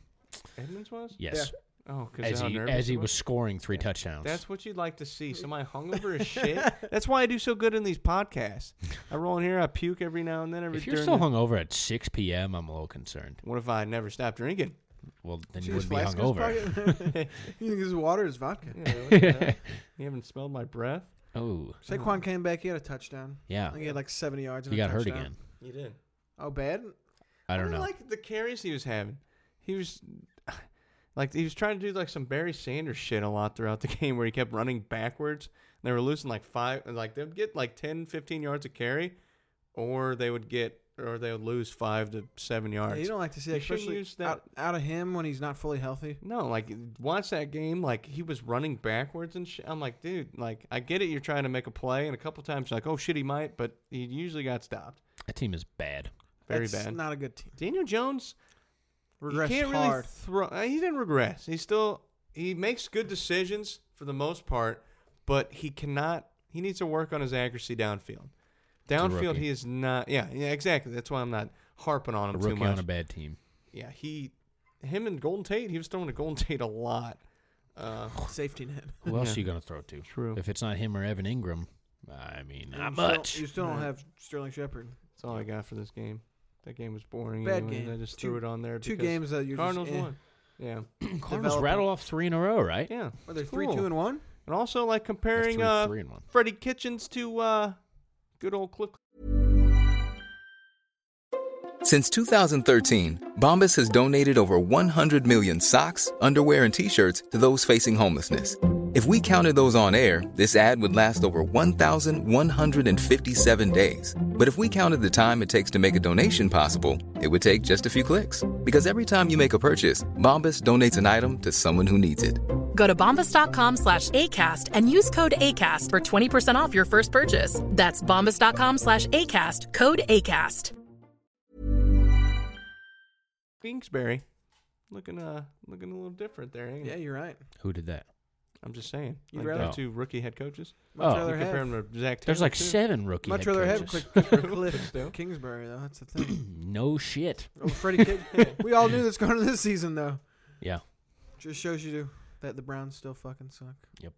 S1: Edmonds was.
S2: Yes,
S1: Oh, because
S2: as
S1: how
S2: he
S1: nervous
S2: as he was
S1: was.
S2: scoring three touchdowns.
S1: That's what you'd like to
S3: [laughs]
S1: see. Somebody hungover as shit. That's why I do so good in these podcasts. I roll in here. I puke every now and then. Every
S2: if you're
S1: during
S2: still
S1: the-
S2: hungover at 6 p.m., I'm a little concerned.
S1: What if I never stopped
S2: [laughs]
S1: drinking?
S2: Well, then
S3: See
S2: you
S3: his
S2: wouldn't be
S3: flask in
S2: [laughs]
S3: his
S2: hungover.
S3: pocket? [laughs] you think his water is vodka?
S1: Yeah, look at that. you haven't smelled my breath.
S2: Oh,
S3: Saquon came back. He had a touchdown. I
S2: yeah.
S3: think he had like 70 yards. And
S2: He
S3: a
S2: got hurt
S3: touchdown.
S2: again.
S1: You did.
S3: Oh, bad.
S2: I don't know.
S1: Like the carries he was having, he was [sighs] [laughs] like he was trying to do like some Barry Sanders shit a lot throughout the game, where he kept running backwards. They were losing like five, like they'd get like 10, 15 yards of carry, or they would get, or they would lose five to seven
S3: Yeah,
S1: yards.
S3: you don't like to see that,
S1: You shouldn't
S3: especially
S1: use that-
S3: Out, out of him when he's not fully healthy.
S1: No, like watch that game. Like he was running backwards and shit. I'm like, dude, like I get it. You're trying to make a play, and a couple times you're like, oh shit, he might, but he usually got stopped.
S2: That team is bad.
S1: Very
S3: That's
S1: bad.
S3: Not a good team.
S1: Daniel Jones,
S3: Regressed
S1: he can't really
S2: [laughs]
S3: hard.
S1: throw. uh, He didn't regress. He still he makes good decisions for the most part, but he cannot. He needs to work on his accuracy downfield.
S2: a
S1: Downfield,
S2: rookie.
S1: he is not. Yeah, yeah, exactly. That's why I'm not harping on
S2: A
S1: him too
S2: rookie
S1: much.
S2: on a bad team.
S1: yeah, he, him and Golden Tate, he was throwing to Golden Tate a lot.
S2: [sighs]
S1: Uh,
S3: Safety net.
S2: Who else
S1: Yeah.
S2: are you going to throw to?
S1: True.
S2: If it's not him or Evan Ingram, I mean, not
S3: You still-
S2: much.
S3: You still don't
S1: Right.
S3: have Sterling Shepard.
S1: That's all I got for this game. That game was boring.
S3: Bad
S1: anyway, and I
S3: game.
S1: just
S3: Two-
S1: threw it on there.
S3: Two
S1: because
S3: games that you're
S1: Cardinals
S3: just, eh.
S1: won. Yeah.
S2: Cardinals
S3: developing.
S2: rattle off three in a row, right?
S1: Yeah.
S3: Were there
S1: Cool.
S3: three, two, and one?
S1: And also like comparing
S2: three-
S1: uh
S2: three and one.
S1: Freddie Kitchens to uh good old Cliff
S4: Since 2013, Bombas has donated over 100 million socks, underwear, and t shirts to those facing homelessness. If we counted those on air, this ad would last over 1,157 days. But if we counted the time it takes to make a donation possible, it would take just a few clicks. Because every time you make a purchase, Bombas donates an item to someone who needs it.
S5: Go to bombas.com slash ACAST and use code ACAST for 20% off your first purchase. That's bombas.com slash ACAST, code ACAST.
S1: Kingsbury. Looking uh looking a little different there, ain't
S3: Yeah,
S1: it?
S3: you're right.
S2: Who did that?
S1: I'm just saying.
S3: You'd
S1: like
S3: rather-
S1: those two rookie head coaches.
S3: Much
S2: Oh.
S1: You
S3: rather
S1: compare
S3: have.
S1: them to Zach Taylor.
S2: There's like
S1: too.
S2: seven rookie
S3: Much
S2: head
S3: rather have
S2: coaches. [laughs]
S3: Cliff, [laughs] Cliff
S1: Still.
S3: Kingsbury though. That's the thing.
S2: no shit.
S3: Oh, Freddie Kitchens. we all knew this going into this season though.
S2: Yeah.
S3: Just shows you that the Browns still fucking suck.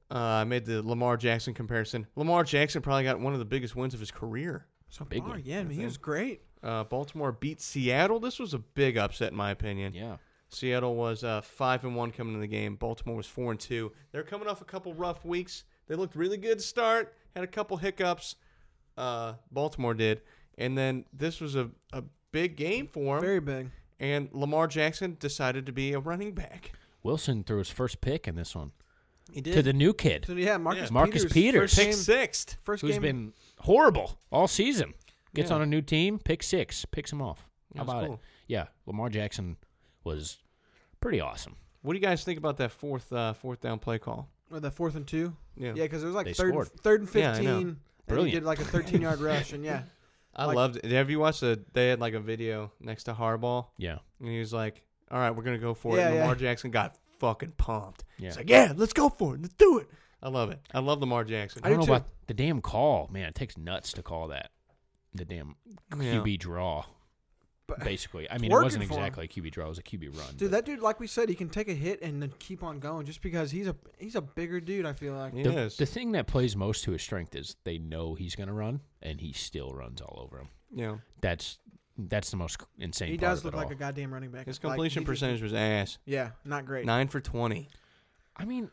S1: Uh, I made the Lamar Jackson comparison. Lamar Jackson probably got one of the biggest wins of his career.
S3: So
S2: Big
S3: far,
S2: one,
S3: yeah, I mean, he was great.
S1: Uh, Baltimore beat Seattle. This was a big upset in my opinion.
S2: Yeah.
S1: Seattle was uh, five and one coming into the game. Baltimore was four and two. They're coming off a couple rough weeks. They looked really good to start. Had a couple hiccups. Uh, Baltimore did, and then this was a, a big game for him.
S3: Very big.
S1: and Lamar Jackson decided to be a running back.
S2: Wilson threw his first pick in this one
S1: He
S2: to the new kid.
S3: So yeah, Marcus
S2: Yeah. Marcus
S3: Peters.
S2: Peters.
S3: First
S1: pick
S3: game,
S1: sixth.
S3: first
S2: who's
S3: game
S2: been horrible all season. Gets
S1: Yeah.
S2: on a new team, pick six, picks him off.
S1: That
S2: How
S1: was
S2: about it?
S1: cool.
S2: Yeah, Lamar Jackson was pretty awesome.
S1: What do you guys think about that fourth uh, fourth down play call?
S3: or the fourth and two.
S1: Yeah,
S3: Yeah, because it was like
S2: They
S3: third,
S2: scored.
S3: third and
S1: Yeah, I know.
S3: fifteen. and he
S2: Brilliant.
S3: did like a
S2: [laughs]
S3: thirteen yard rush, and yeah,
S1: I
S3: like-
S1: loved it. Have you watched the? They had like a video next to Harbaugh,
S2: Yeah,
S1: and he was like, "All right, we're gonna go for it."
S3: Yeah,
S1: And
S3: yeah.
S1: Lamar Jackson got fucking pumped.
S2: yeah.
S1: It's like, yeah, let's go for it. Let's do it. I love it. I love Lamar Jackson.
S2: I don't know about the damn call, man. It takes nuts to call that. The damn
S1: Yeah.
S2: QB draw,
S3: but
S2: basically. I
S3: It's
S2: mean, it wasn't
S3: working for him.
S2: exactly a QB draw; it was a QB run.
S3: dude,
S2: but
S3: that dude, like we said, he can take a hit and then keep on going, just because he's a he's a bigger dude. I feel like
S1: He
S2: the,
S1: is.
S2: the thing that plays most to his strength is they know he's going to run, and he still runs all over him.
S1: Yeah.
S2: That's that's the most insane.
S3: he
S2: part
S3: does
S2: of
S3: look
S2: it
S3: like
S2: all.
S3: a goddamn running back.
S1: His
S3: Like,
S1: completion
S3: he just-
S1: percentage was ass.
S3: yeah, not great.
S1: Nine for 20.
S2: I mean,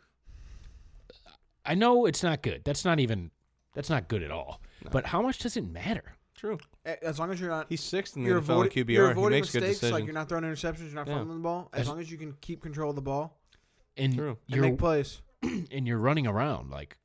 S2: I know it's not good. That's not even that's not good at all. But how much does it matter?
S1: True.
S3: A- As long as you're not,
S1: He's sixth in the
S3: you're
S1: NFL in
S3: avoiding,
S1: QBR.
S3: you're
S1: he
S3: avoiding
S1: makes good
S3: mistakes,
S1: decisions.
S3: like you're not throwing interceptions, you're not
S1: Yeah.
S3: fumbling the ball. As
S2: As-
S3: long as you can keep control of the ball
S2: And
S1: True.
S3: and
S2: you're
S3: make plays,
S2: [clears throat] and you're running around like,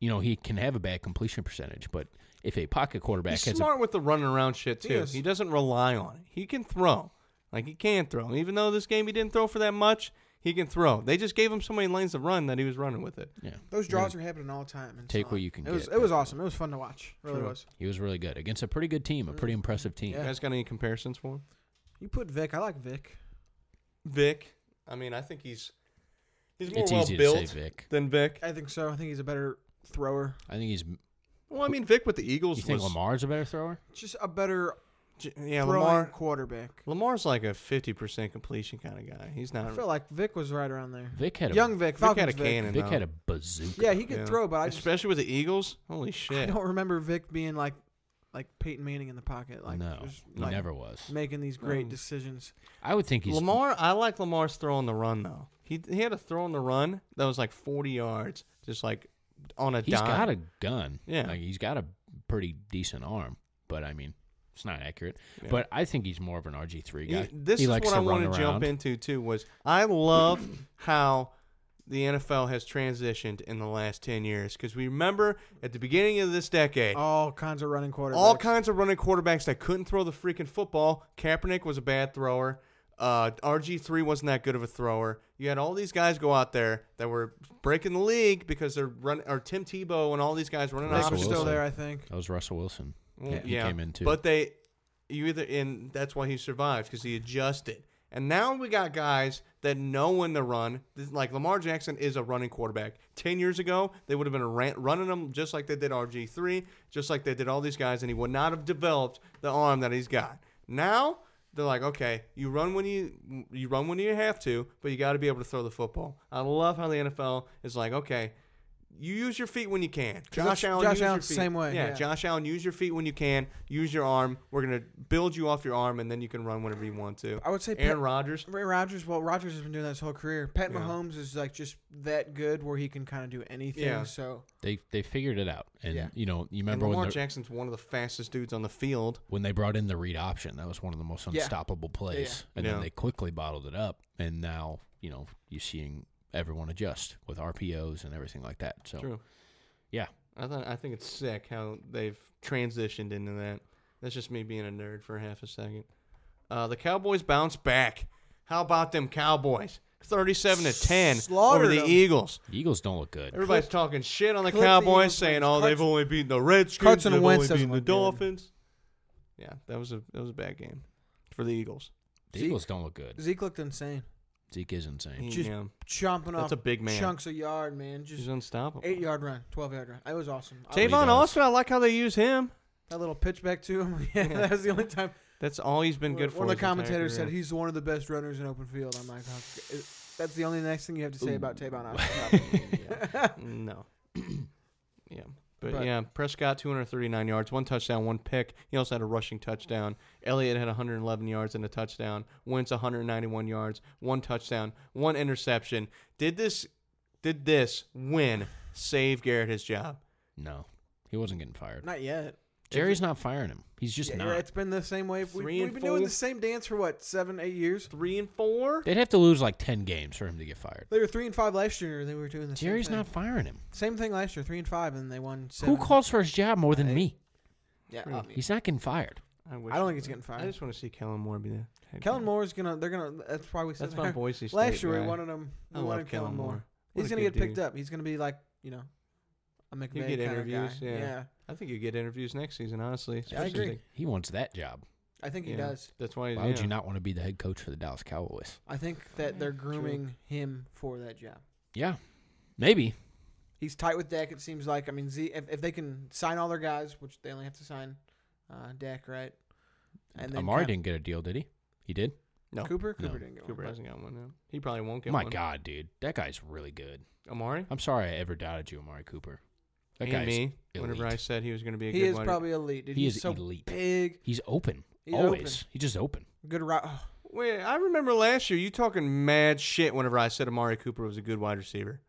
S2: you know, he can have a bad completion percentage, but if a pocket quarterback
S1: He's
S2: has
S1: smart with the running around shit,
S3: He
S1: too.
S3: is.
S1: He, doesn't rely on it. He can throw. Like, he can throw. Even though this game he didn't throw for that much, he can throw. They just gave him so many lanes to run that he was running with it.
S2: a yeah,
S3: those
S2: you're
S3: draws
S2: gonna-
S3: are happening all the time. and
S2: take
S3: so
S2: what
S3: on.
S2: you can
S3: It was
S2: get,
S3: it was
S2: definitely.
S3: awesome. It was fun to watch. Really
S1: True.
S3: was.
S2: He was really good against a pretty good team, a pretty impressive team.
S1: You
S3: Mm. Yeah.
S1: guys got any comparisons for him?
S3: You put Vic. I like Vic.
S1: Vic. I mean, I think he's he's more
S2: It's
S1: well
S2: easy
S1: built
S2: to say Vic.
S1: than Vic.
S3: I think so. I think he's a better thrower.
S2: I think he's. You
S1: Well, I mean, Vic with the Eagles
S2: think
S1: was
S2: Lamar's a better thrower?
S3: Just a better
S1: J- yeah,
S3: throwing
S1: Lamar.
S3: quarterback.
S1: Lamar's like a fifty percent completion kind of guy. He's
S3: I
S1: not.
S3: feel like Vic was right around there.
S2: Vic had a
S3: Young Vic,
S1: Vic
S3: Falcons
S1: had a cannon.
S2: Vic
S1: though.
S2: had a bazooka.
S3: Yeah, he could
S1: Yeah.
S3: throw, but I just
S1: especially with the Eagles. Holy
S3: I
S1: shit!
S3: don't remember Vic being like like Peyton Manning in the pocket. Like
S2: no,
S3: just,
S2: he
S3: like,
S2: never was.
S3: making these great
S1: No.
S3: decisions.
S2: I would think he's
S1: Lamar, I like Lamar's throw on the run though. He he had a throw on the run that was like forty yards, just like on a
S2: He's
S1: dime.
S2: got a gun.
S1: Yeah.
S2: Like he's got a pretty decent arm, but I mean, it's not accurate.
S1: Yeah.
S2: But I think he's more of an RG3 guy.
S1: He- this
S2: He
S1: is
S2: likes
S1: what I
S2: run
S1: want to jump
S2: around.
S1: into too. Was I love how the NFL has transitioned in the last 10 years. Because we remember at the beginning of this decade,
S3: All kinds of running quarterbacks.
S1: all kinds of running quarterbacks that couldn't throw the freaking football. Kaepernick was a bad thrower. Uh, RG3 wasn't that good of a thrower. You had all these guys go out there that were breaking the league because they're running, or Tim Tebow and all these guys running
S3: Nick
S2: Russell
S3: was
S1: options.
S3: still
S2: Wilson.
S3: there, I think.
S2: That was Russell Wilson.
S1: Well,
S2: he came in too.
S1: But they, you either, and that's why he survived because he adjusted. And now we got guys that know when to run. This- Like Lamar Jackson is a running quarterback. Ten years ago, they would have been ran, running him just like they did RG three, just like they did all these guys, and he would not have developed the arm that he's got. Now they're like, okay, you run when you you run when you have to, but you got to be able to throw the football. I love how the NFL is like, okay, you use your feet when you can.
S3: that's-
S1: Josh Allen,
S3: Josh
S1: use your
S3: Allen's the
S1: feet.
S3: same way,
S1: Yeah,
S3: yeah.
S1: Josh Allen, use your feet when you can. Use your arm. We're gonna build you off your arm, and then you can run whenever you want to.
S3: I would say
S1: Aaron
S3: Pat-
S1: Rodgers.
S3: Ray Rodgers, well, Rodgers has been doing that his whole career. Pat Mahomes is like just that good where he can kind of do anything.
S1: Yeah.
S3: So
S2: They they figured it out, and
S3: Yeah.
S2: you know
S1: And
S2: you remember
S1: Lamar
S2: when the,
S1: Jackson's one of the fastest dudes on the field.
S2: when they brought in the read option, that was one of the most
S3: Yeah.
S2: unstoppable plays, and
S1: Yeah.
S2: then they quickly bottled it up, and now you know you're seeing everyone adjust with RPOs and everything like that. So yeah,
S1: I thought I think it's sick how they've transitioned into that. That's just me being a nerd for half a second. Uh, the Cowboys bounce back. How about them Cowboys? Thirty-seven to ten over
S3: Slaughtered
S1: the
S3: 'em.
S1: Eagles.
S2: the Eagles don't look good.
S1: Everybody's talking shit on the
S3: Clip the
S1: Cowboys,
S3: Eagles
S1: saying,
S3: wins.
S1: "Oh, they've
S3: Carson-
S1: only beaten the Redskins,
S3: Carson
S1: they've
S3: Wentz
S1: only
S3: doesn't
S1: beaten the
S3: look good.
S1: Dolphins." Yeah, that was a that was a bad game for the Eagles.
S2: The
S3: Zeke-
S2: Eagles don't look good.
S3: Zeke looked insane.
S2: Zeke is insane.
S3: Just
S1: Yeah.
S3: chomping
S1: That's
S3: off
S1: a big man.
S3: chunks of yard, man.
S1: He's
S3: Just
S1: unstoppable.
S3: eight yard run, twelve yard run. It was awesome. I-
S2: Tavon
S1: Tavon also,
S2: Austin,
S1: I like how they use him.
S3: that little pitch back to him. [laughs] yeah, that was the only time.
S1: That's all he's been good for.
S3: One of
S1: his
S3: the
S1: entire
S3: commentators said
S1: career.
S3: he's one of the best runners in open field. I'm like, okay. that's the only next thing you have to say
S1: [laughs]
S3: about Tavon Austin. [clears throat]
S1: no. yeah. But,
S3: But-
S1: yeah, Prescott 239 yards, one touchdown, one pick. He also had a rushing touchdown. Elliott had 111 yards and a touchdown. Wentz 191 yards, one touchdown, one interception. Did this did this win save Garrett his job?
S2: No, he wasn't getting fired.
S3: Not yet.
S2: Jerry's not firing him. He's just
S3: Yeah,
S2: not.
S3: you're right. It's been the same way. We,
S1: Three and
S3: we've been doing
S1: four.
S3: the same dance for what seven, eight years.
S1: 3 and 4?
S2: They'd have to lose like ten games for him to get fired.
S3: They were three and five last year. They were doing the
S2: Jerry's
S3: same
S2: not
S3: thing.
S2: firing him.
S3: same thing last year. Three and five, and they won. Seven.
S2: Who calls for his job more than
S3: I-
S2: me?
S3: Yeah,
S1: Really?
S2: He's not getting fired.
S1: I, wish
S3: I
S1: he
S3: don't think
S1: would.
S3: he's getting fired.
S1: I just want to see Kellen Moore be there.
S3: Kellen Moore's gonna. They're gonna. That's why we said
S1: That's my Boise State
S3: Last year
S1: guy.
S3: we wanted him.
S1: I
S3: We
S1: love
S3: wanted Kellen
S1: Kellen
S3: Moore.
S1: Moore. What
S3: He's
S1: a
S3: gonna
S1: good
S3: get picked
S1: dude.
S3: up. He's gonna be like you know, a McVay
S1: You get
S3: kinda
S1: interviews.
S3: guy.
S1: Yeah. I think you get interviews next season, honestly.
S3: I
S1: especially-
S3: agree.
S2: He wants that job.
S3: I think he
S1: Yeah.
S3: does.
S1: That's why.
S2: Why would
S1: yeah.
S2: you not want to be the head coach for the Dallas Cowboys?
S3: I think that they're grooming him for that job.
S2: Yeah, maybe.
S3: He's tight with Dak. It seems like. I mean, Z, if, if they can sign all their guys, which they only have to sign uh, Dak, right? then
S2: Amari
S3: Cam-
S2: didn't get a deal, did he? He did.
S1: No.
S3: Cooper.
S2: No.
S3: Cooper didn't get
S1: Cooper
S3: one.
S1: hasn't got one now. He probably won't get
S2: My
S1: one.
S2: God, dude, that guy's really good.
S1: Amari?
S2: I'm sorry I ever doubted you, Amari Cooper. That
S1: and
S2: guy's
S1: me. Whenever I
S2: elite.
S1: said he was going to be a
S3: He
S1: good
S3: is
S1: wide-
S3: probably elite. Dude,
S2: He
S3: he's
S2: is
S3: so
S2: elite.
S3: big.
S2: he's open.
S3: He's open.
S2: Always, he's just open.
S3: Good oh, route.
S1: Wait, I remember last year you talking mad shit whenever I said Amari Cooper was a good wide receiver.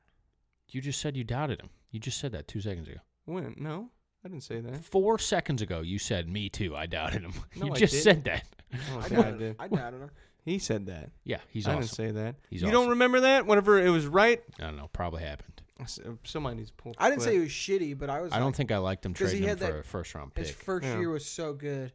S2: You just said you doubted him. You just said that two seconds ago.
S1: When? No, I didn't say that.
S2: Four seconds ago, you said me too. I doubted him. [laughs]
S1: No,
S2: you
S1: I
S2: just
S1: didn't.
S2: said that.
S1: I,
S3: I
S1: don't think I
S3: doubted,
S1: did.
S3: I doubted him.
S1: He said that.
S2: Yeah, he's
S1: I
S2: awesome.
S1: didn't say that.
S2: He's
S1: you
S2: awesome.
S1: don't remember that? Whenever it was right?
S2: I don't know. Probably happened.
S1: I s- uh, Somebody needs to pull.
S3: I didn't say
S1: clip.
S3: he was shitty, but I was.
S2: I don't
S3: like-
S2: think I liked him
S3: 'cause he
S2: trading him
S3: had
S2: for
S3: that-
S2: a first round pick.
S3: his first
S1: Yeah.
S3: year was so good,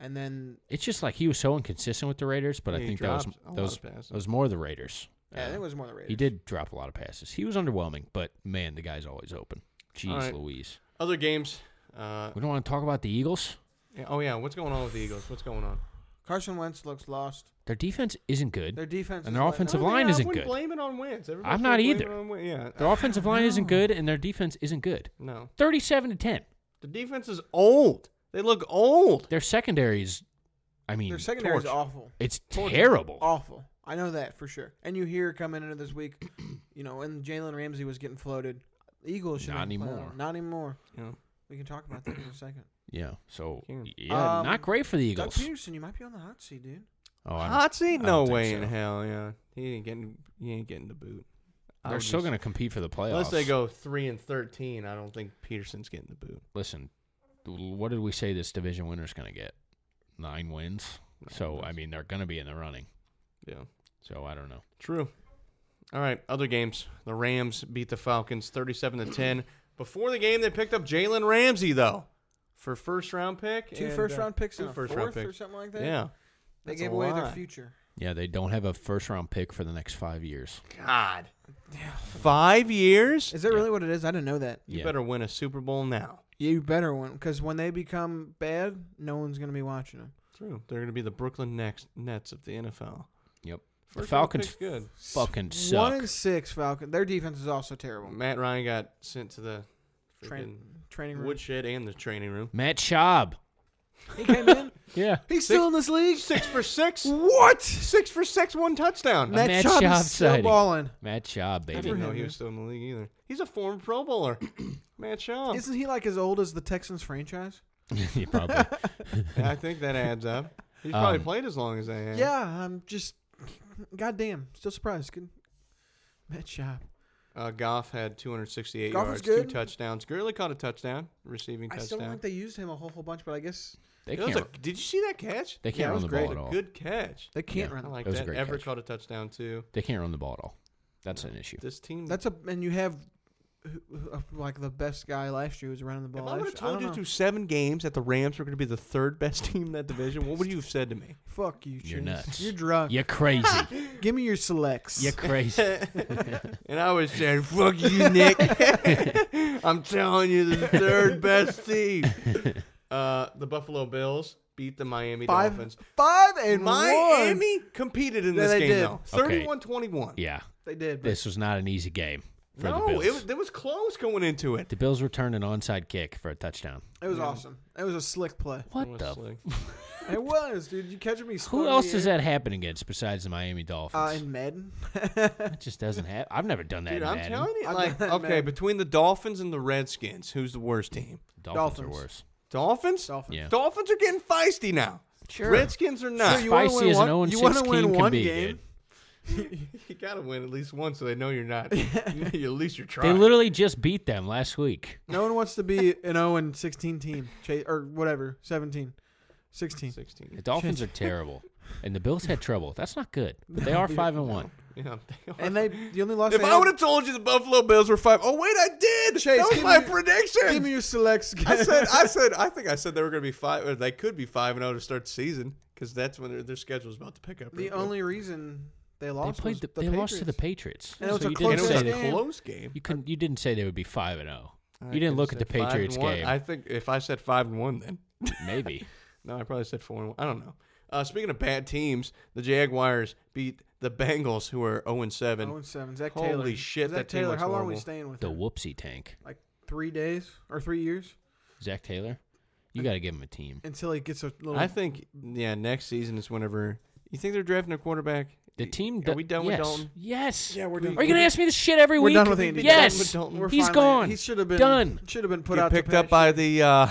S3: and then
S2: it's just like he was so inconsistent with the Raiders, but
S1: Yeah,
S2: I
S1: he
S2: think that was
S1: dropped a lot
S2: that was,
S1: of passes.
S2: that was more the Raiders.
S3: yeah, I
S2: Uh,
S3: think it was more the Raiders.
S2: He did drop a lot of passes. He was underwhelming, but man, the guy's always open. Jeez,
S1: right.
S2: Louise.
S1: Other games. Uh,
S2: We don't want to talk about the Eagles.
S1: yeah, oh, yeah. What's going on with the Eagles? What's going on?
S3: Carson Wentz looks lost.
S2: Their defense isn't good.
S3: Their defense
S2: And
S3: is
S2: their
S3: like-
S2: offensive
S1: I don't think
S2: line
S1: I
S2: isn't
S1: wouldn't
S2: good.
S1: Blame it on wins. Everybody's
S2: I'm
S1: gonna
S2: not
S1: blame
S2: either.
S1: it on Wentz. yeah.
S2: Their offensive line isn't good, and their defense isn't good.
S1: No.
S2: Thirty-seven to ten.
S1: The defense is old. They look old.
S2: Their secondary is, I mean,
S3: Their secondary is
S1: torch.
S3: awful,
S2: it's
S1: Torture.
S2: terrible.
S3: awful. I know that for sure. And you hear coming into this week, you know, when Jalen Ramsey was getting floated, the Eagles should
S2: Not
S3: have been playing
S2: anymore.
S3: him. Not anymore.
S1: You know,
S3: We can talk about that in a second.
S2: Yeah. So
S1: Yeah.
S2: yeah,
S3: Um,
S2: not great for the [clears throat]
S3: Doug
S2: Eagles.
S3: Peterson, you might be on the hot seat, dude.
S2: Oh, I don't-
S1: hot seat?
S2: I don't
S1: No
S2: think
S1: way
S2: so.
S1: in hell. Yeah, he ain't getting. He ain't getting the boot. I
S2: They're
S1: would
S2: still
S1: be-
S2: going to compete for the playoffs.
S1: Unless they go three and thirteen, I don't think Peterson's getting the boot.
S2: Listen, what did we say this division winner's going to get? Nine wins.
S1: Nine
S2: so I
S1: wins.
S2: mean, they're going to be in the running.
S1: Yeah,
S2: So I don't know.
S1: true. All right, other games. The Rams beat the Falcons 37 to 10. Before the game, they picked up Jalen Ramsey though for first round pick.
S3: Two
S1: and,
S3: first
S1: uh,
S3: round picks
S1: two
S3: and a
S1: first
S3: fourth
S1: round picks.
S3: or something like that.
S1: Yeah.
S3: They
S1: That's
S3: gave
S1: a
S3: away their
S1: lot.
S3: future.
S2: Yeah, they don't have a first round pick for the next five years.
S1: God. Five years.
S3: Is that really what it is? I didn't know that.
S1: You
S2: yeah.
S1: better win a Super Bowl now.
S3: You better one, because when they become bad, no one's gonna be watching them.
S1: True. They're going to be the Brooklyn Nets, Nets of the NFL.
S2: Yep. The
S1: First round
S2: Falcons
S1: pick's good.
S2: fucking
S3: One
S2: suck.
S3: and six Falcon. Their defense is also terrible.
S1: Matt Ryan got sent to the
S3: Train,
S1: Mm, freaking
S3: training room.
S1: woodshed and the training room.
S2: Matt Schaub.
S3: he came in.
S2: [laughs] Yeah.
S3: He's still in this league.
S1: Six for six.
S3: What?
S1: [laughs] Six for six, one touchdown.
S2: Matt
S3: Matt
S2: Schaub
S3: Schaub is still
S2: sighting.
S3: balling.
S2: Matt Schaub,
S1: I
S2: baby.
S1: didn't know
S3: him,
S1: he
S3: yeah.
S1: was still in the league either. He's a former Pro
S3: [clears throat]
S1: Bowler. Matt Schaub.
S3: Isn't he like as old as the Texans franchise?
S2: [laughs] Yeah, probably.
S1: I think that adds up. He's probably
S2: Um,
S1: played as long as they have.
S3: Yeah, I'm just, goddamn, still surprised. Good. Matt Schaub.
S1: Uh, Goff had 268
S3: Goff was
S1: yards,
S3: good.
S1: two touchdowns. Gurley caught a touchdown, receiving
S3: I
S1: touchdown.
S3: still don't think they used him a whole, whole bunch, but I guess
S1: [laughs]
S2: They
S1: That was
S2: can't.
S1: a- did you see that catch?
S2: They can't
S1: that
S2: run
S1: was
S2: the
S1: great.
S2: ball at
S1: a
S2: all.
S1: Good catch.
S3: they can't
S2: Yeah.
S3: run.
S1: I
S3: the
S1: like
S2: That was a
S1: that.
S2: great
S1: Everett
S2: catch.
S1: caught a touchdown too.
S2: They can't run the ball at all. That's an issue.
S1: This team.
S3: That's a and you have who- who- uh, like the best guy last year was running the
S1: if
S3: ball.
S1: I would have
S3: last year.
S1: told you
S3: don't know.
S1: through seven games that the Rams were going to be the third best [laughs] team in that division, what would you have said to me?
S3: fuck you,
S2: You're
S3: Chase.
S2: nuts.
S3: You're drunk.
S2: You're crazy.
S3: Give me your selects.
S2: You're crazy.
S1: And I would have said, "Fuck you, [laughs] Nick." I'm telling you, the third best [laughs] team. Uh, the Buffalo Bills beat the Miami
S3: five,
S1: Dolphins.
S3: five and one.
S1: Miami competed in
S3: Yeah,
S1: this
S3: they
S1: game
S3: did.
S1: though,
S2: Okay.
S1: 31-21.
S2: yeah.
S3: They did. But
S2: This was not an easy game for the
S1: No,
S2: Bills.
S1: it was, it was close going into it.
S2: the Bills returned an onside kick for a touchdown.
S3: it was awesome. It was a slick play.
S1: It
S2: What
S1: was
S2: the? f-
S1: slick.
S3: It was, dude. You catching me?
S2: Who
S3: floating in
S2: else
S3: the
S2: does
S3: air?
S2: that happen against besides the Miami
S3: Uh,
S2: Dolphins?
S3: in Madden. [laughs]
S2: that just doesn't happen. I've never done that.
S1: Dude,
S2: in
S1: I'm
S2: Madden.
S1: telling you, [laughs]
S3: I've
S1: like,
S3: done that,
S1: okay,
S3: man.
S1: between the Dolphins and the Redskins, who's the worst team?
S2: Dolphins, are
S3: Dolphins.
S2: worse.
S1: Dolphins.
S3: Dolphins.
S2: Yeah.
S1: Dolphins are getting feisty now.
S2: Sure.
S1: Redskins are not.
S3: So
S1: you,
S3: you wanna
S2: Feisty
S3: win
S2: as an
S3: one- you
S2: 0-6
S3: wanna win
S2: team can
S3: one
S2: be,
S3: game?
S2: dude.
S1: gotta win at least one so they know you're
S3: [laughs]
S1: not. [laughs] at least you're
S2: They
S1: trying.
S2: literally just beat them last week.
S3: no one wants to be an 0 and 16 team, Chase, or whatever, 17, 16.
S2: The
S1: 16.
S2: Dolphins are terrible, and the Bills had trouble. That's not good. But they are five and one.
S1: Yeah, they are.
S3: And they, the only loss.
S1: if
S3: they
S1: I
S3: had-
S1: would have told you the Buffalo Bills were five, oh wait, I did.
S3: Chase,
S1: that was
S3: give
S1: my
S3: me-
S1: prediction.
S3: give me your selects.
S1: [laughs] I said, I said, I think I said they were going to be five, or they could be five and zero to start the season because that's when their, their schedule was about to pick up.
S3: [laughs] the
S1: real quick.
S3: only reason they
S2: They
S3: lost
S2: played.
S3: was
S2: The,
S3: the
S2: they lost to the Patriots.
S3: Patriots. And it was
S2: so you
S3: a
S1: and
S2: didn't
S1: it was
S3: close
S2: say
S1: a
S3: game.
S1: close game.
S2: you couldn't. You didn't say they would be five and zero.
S1: I
S2: You
S1: could've
S2: didn't look at the
S1: said five and
S2: Patriots
S1: one.
S2: game.
S1: I think if I said five and one, then
S2: [laughs] Maybe.
S1: no, I probably said four and one. I don't know. Uh, speaking of bad teams, the Jaguars beat the Bengals, who are zero and
S3: Oh,
S1: seven.
S3: 0-7. Zach
S1: Holy
S3: Taylor.
S1: shit,
S3: Zach
S1: that team
S3: Taylor.
S1: looks
S3: how long are we
S1: horrible.
S3: staying with
S2: The
S3: him?
S2: whoopsie tank.
S3: Like three days or three years
S2: Zach Taylor. You got to give him a team.
S3: until he gets a little.
S1: I think yeah, next season is whenever you think they're drafting a quarterback.
S2: The team.
S1: Are
S2: do-
S1: we done with
S2: yes.
S1: Dalton?
S2: Yes.
S3: Yeah, we're
S2: done.
S3: done.
S2: Are you gonna ask me this shit every
S3: We're
S2: week?
S3: done with Andy
S2: Yes.
S1: Dalton. We're done with Dalton.
S3: We're
S2: He's
S3: finally-
S2: gone.
S3: He should have been
S2: done.
S3: Should have been put
S1: Get
S3: out. to
S1: picked up by
S3: pasture.
S1: the uh,